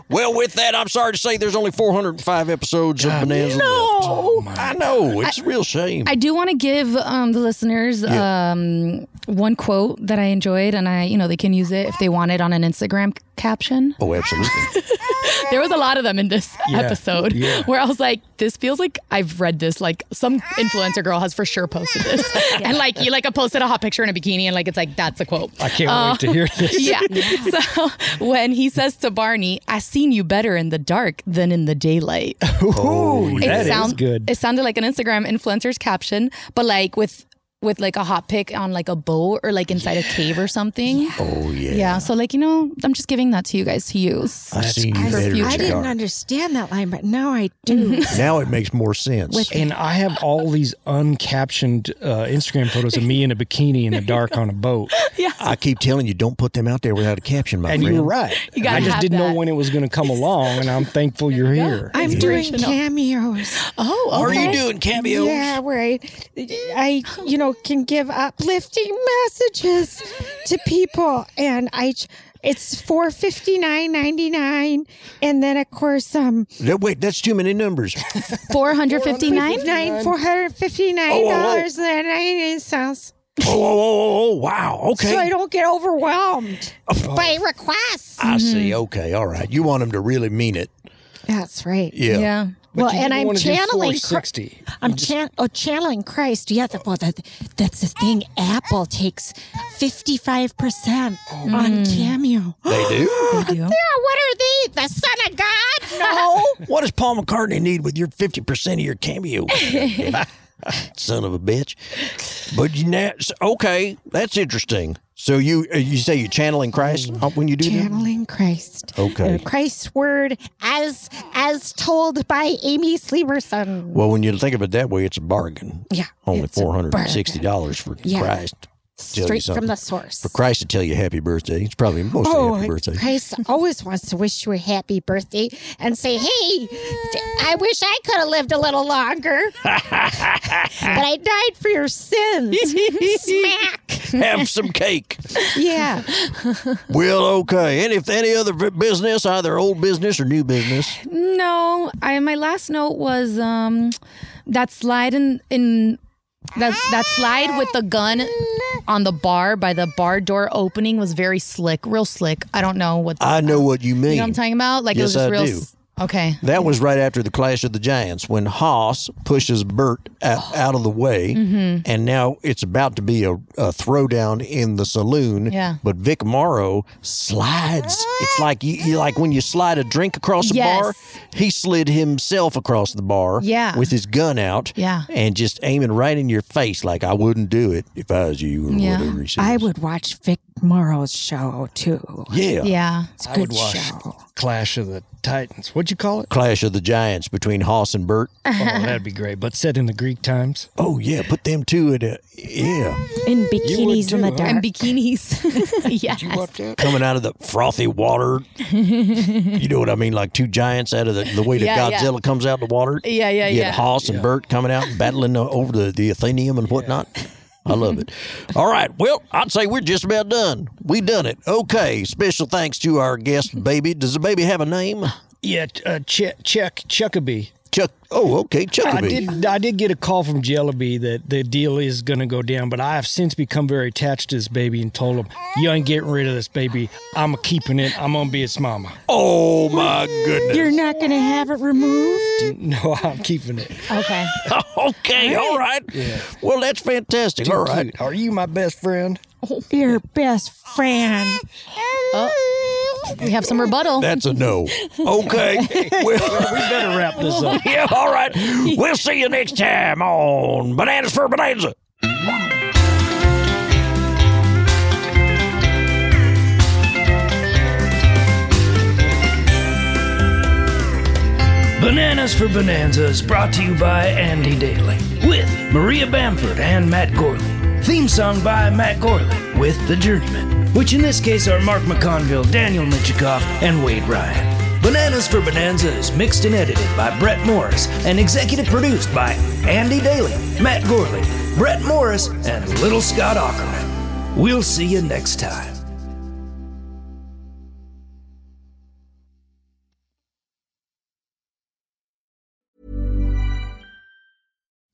Well, with that, I'm sorry to say there's only 405 episodes of Bonanza left. I know. It's a real shame.
I do want to give um, the listeners um, one quote that I enjoyed, and I, you know, they can use it if they want it on an Instagram c- caption.
oh, absolutely.
There was a lot of them in this
Yeah.
episode
Yeah.
where I was like, "This feels like I've read this. Like some influencer girl has for sure posted this, and like you like I posted a hot picture in a bikini, and like it's like that's a quote.
I can't
Oh.
wait to
Um,
hear this.
Yeah. So when he says to Barney, "I seen you better in the dark than in the daylight."
Ooh, that is
sound-
good.
It sounded like an Instagram influencer's caption, but like with with like a hot pick on like a boat or like inside a cave or something.
Oh yeah.
Yeah. So like you know, I'm just giving that to you guys to use.
I see you
For
better in
future.
the
I didn't
dark.
understand that line, but now I do.
now it makes more sense.
and I have all these uncaptioned uh, Instagram photos of me in a bikini in the dark on a boat.
I keep telling you, don't put them out there without a caption, my
and
friend.
you're right.
You gotta
I just
have
didn't know when it was going to come along, and I'm thankful you're here.
I'm doing cameos.
Oh,
Are you doing cameos?
Yeah, where I, I, you know, can give uplifting messages to people, and I, ch- it's four fifty nine ninety nine, and then of course, um,
That- wait, that's too many numbers.
459?
nine four hundred fifty nine dollars and ninety nine cents.
Oh, oh, oh, oh, oh, wow. Okay.
So I don't get overwhelmed by requests.
I see.
Mm-hmm.
Okay. All right. You want them to really mean it.
That's right.
Yeah. Yeah. But
Well,
you
and
don't
I'm
wanna do
channeling. Chri-
460.
I'm chan- oh, channeling Christ. Yeah. The, well, that, that's the thing. Apple takes 55 percent on Cameo.
Mm. They do?
Yeah. What are they? The Son of God? No.
What does Paul McCartney need with your 50% of your cameo? Son of a bitch. But you know, okay, that's interesting. So you uh, you say you're channeling Christ
Mm.
uh, when you do
Channeling Christ.
that? Okay.
Christ's word, as as told by Amy Sleeverson.
Well, when you think of it that way, it's a bargain.
Yeah,
Only
it's a
four hundred and sixty dollars for
Yeah.
Christ. to tell you
Straight from
something.
the source.
For Christ to tell you happy birthday. It's probably mostly happy
and
birthday.
Christ always wants to wish you a happy birthday and say, hey, I wish I could have lived a little longer, but I died for your sins. Smack.
Have some cake.
Yeah.
Well, okay. And if any other v- business, either old business or new business,
No, I my last note was um that slide in in that that slide with the gun on the bar by the bar door opening was very slick, real slick. I don't know what
I know what you mean.
you know what I'm talking about. Like it was just
Yes, I
real.
do.
s- Okay.
That was right after the Clash of the Giants when Haas pushes Bert out, out of the way.
Mhm.
And now it's about to be a, a throwdown in the saloon.
Yeah.
But Vic Morrow slides. It's like you, you like when you slide a drink across a
Yes.
bar. He slid himself across the bar
Yeah.
with his gun out
Yeah.
and just aiming right in your face like I wouldn't do it if I was you or whatever he said.
I would watch Vic Morrow's show too.
Yeah.
Yeah.
It's a
I
good
would watch
show.
Clash of the Titans. What'd you call it?
Clash of the Giants between Haas and Bert.
Oh, that'd be great. But set in the Greek times.
Oh yeah, put them two in a yeah.
In
bikinis in the dark.
And bikinis. yes.
coming out of the frothy water. You know what I mean? Like two giants out of the, the way that
Yeah, yeah.
Godzilla comes out of the water.
Yeah, yeah,
You had
yeah.
Haas and Bert coming out and battling the- over the, the Athenium and whatnot. I love it. All right. Well, I'd say we're just about done. We done it. Okay. Special thanks to our guest, baby. Does the baby have a name?
Yeah, uh, Ch- Chuck Chuckabee.
Chuck. Oh, okay,
I
Chuckabee.
did. I did get a call from Jellyby that the deal is going to go down, but I have since become very attached to this baby and told him, "You ain't getting rid of this baby. I'm keeping it. I'm gonna be its mama."
Oh my goodness!
You're not going to have it removed?
No, I'm keeping it.
Okay.
okay, all right. Well, that's fantastic.
Too
all right.
cute. Are you my best friend?
Your best friend.
Oh.
we have some rebuttal.
That's a no. Okay. well,
we better wrap this up.
yeah, all right. We'll see you next time on Bananas for Bonanza.
Bananas for Bonanza is brought to you by Andy Daly with Maria Bamford and Matt Gorley. Theme song by Matt Gorley with The Journeyman, which in this case are Mark McConville, Daniel Michikoff, and Wade Ryan. Bananas for Bonanza is mixed and edited by Brett Morris and executive produced by Andy Daly, Matt Gorley, Brett Morris, and Little Scott Ackerman. We'll see you next time.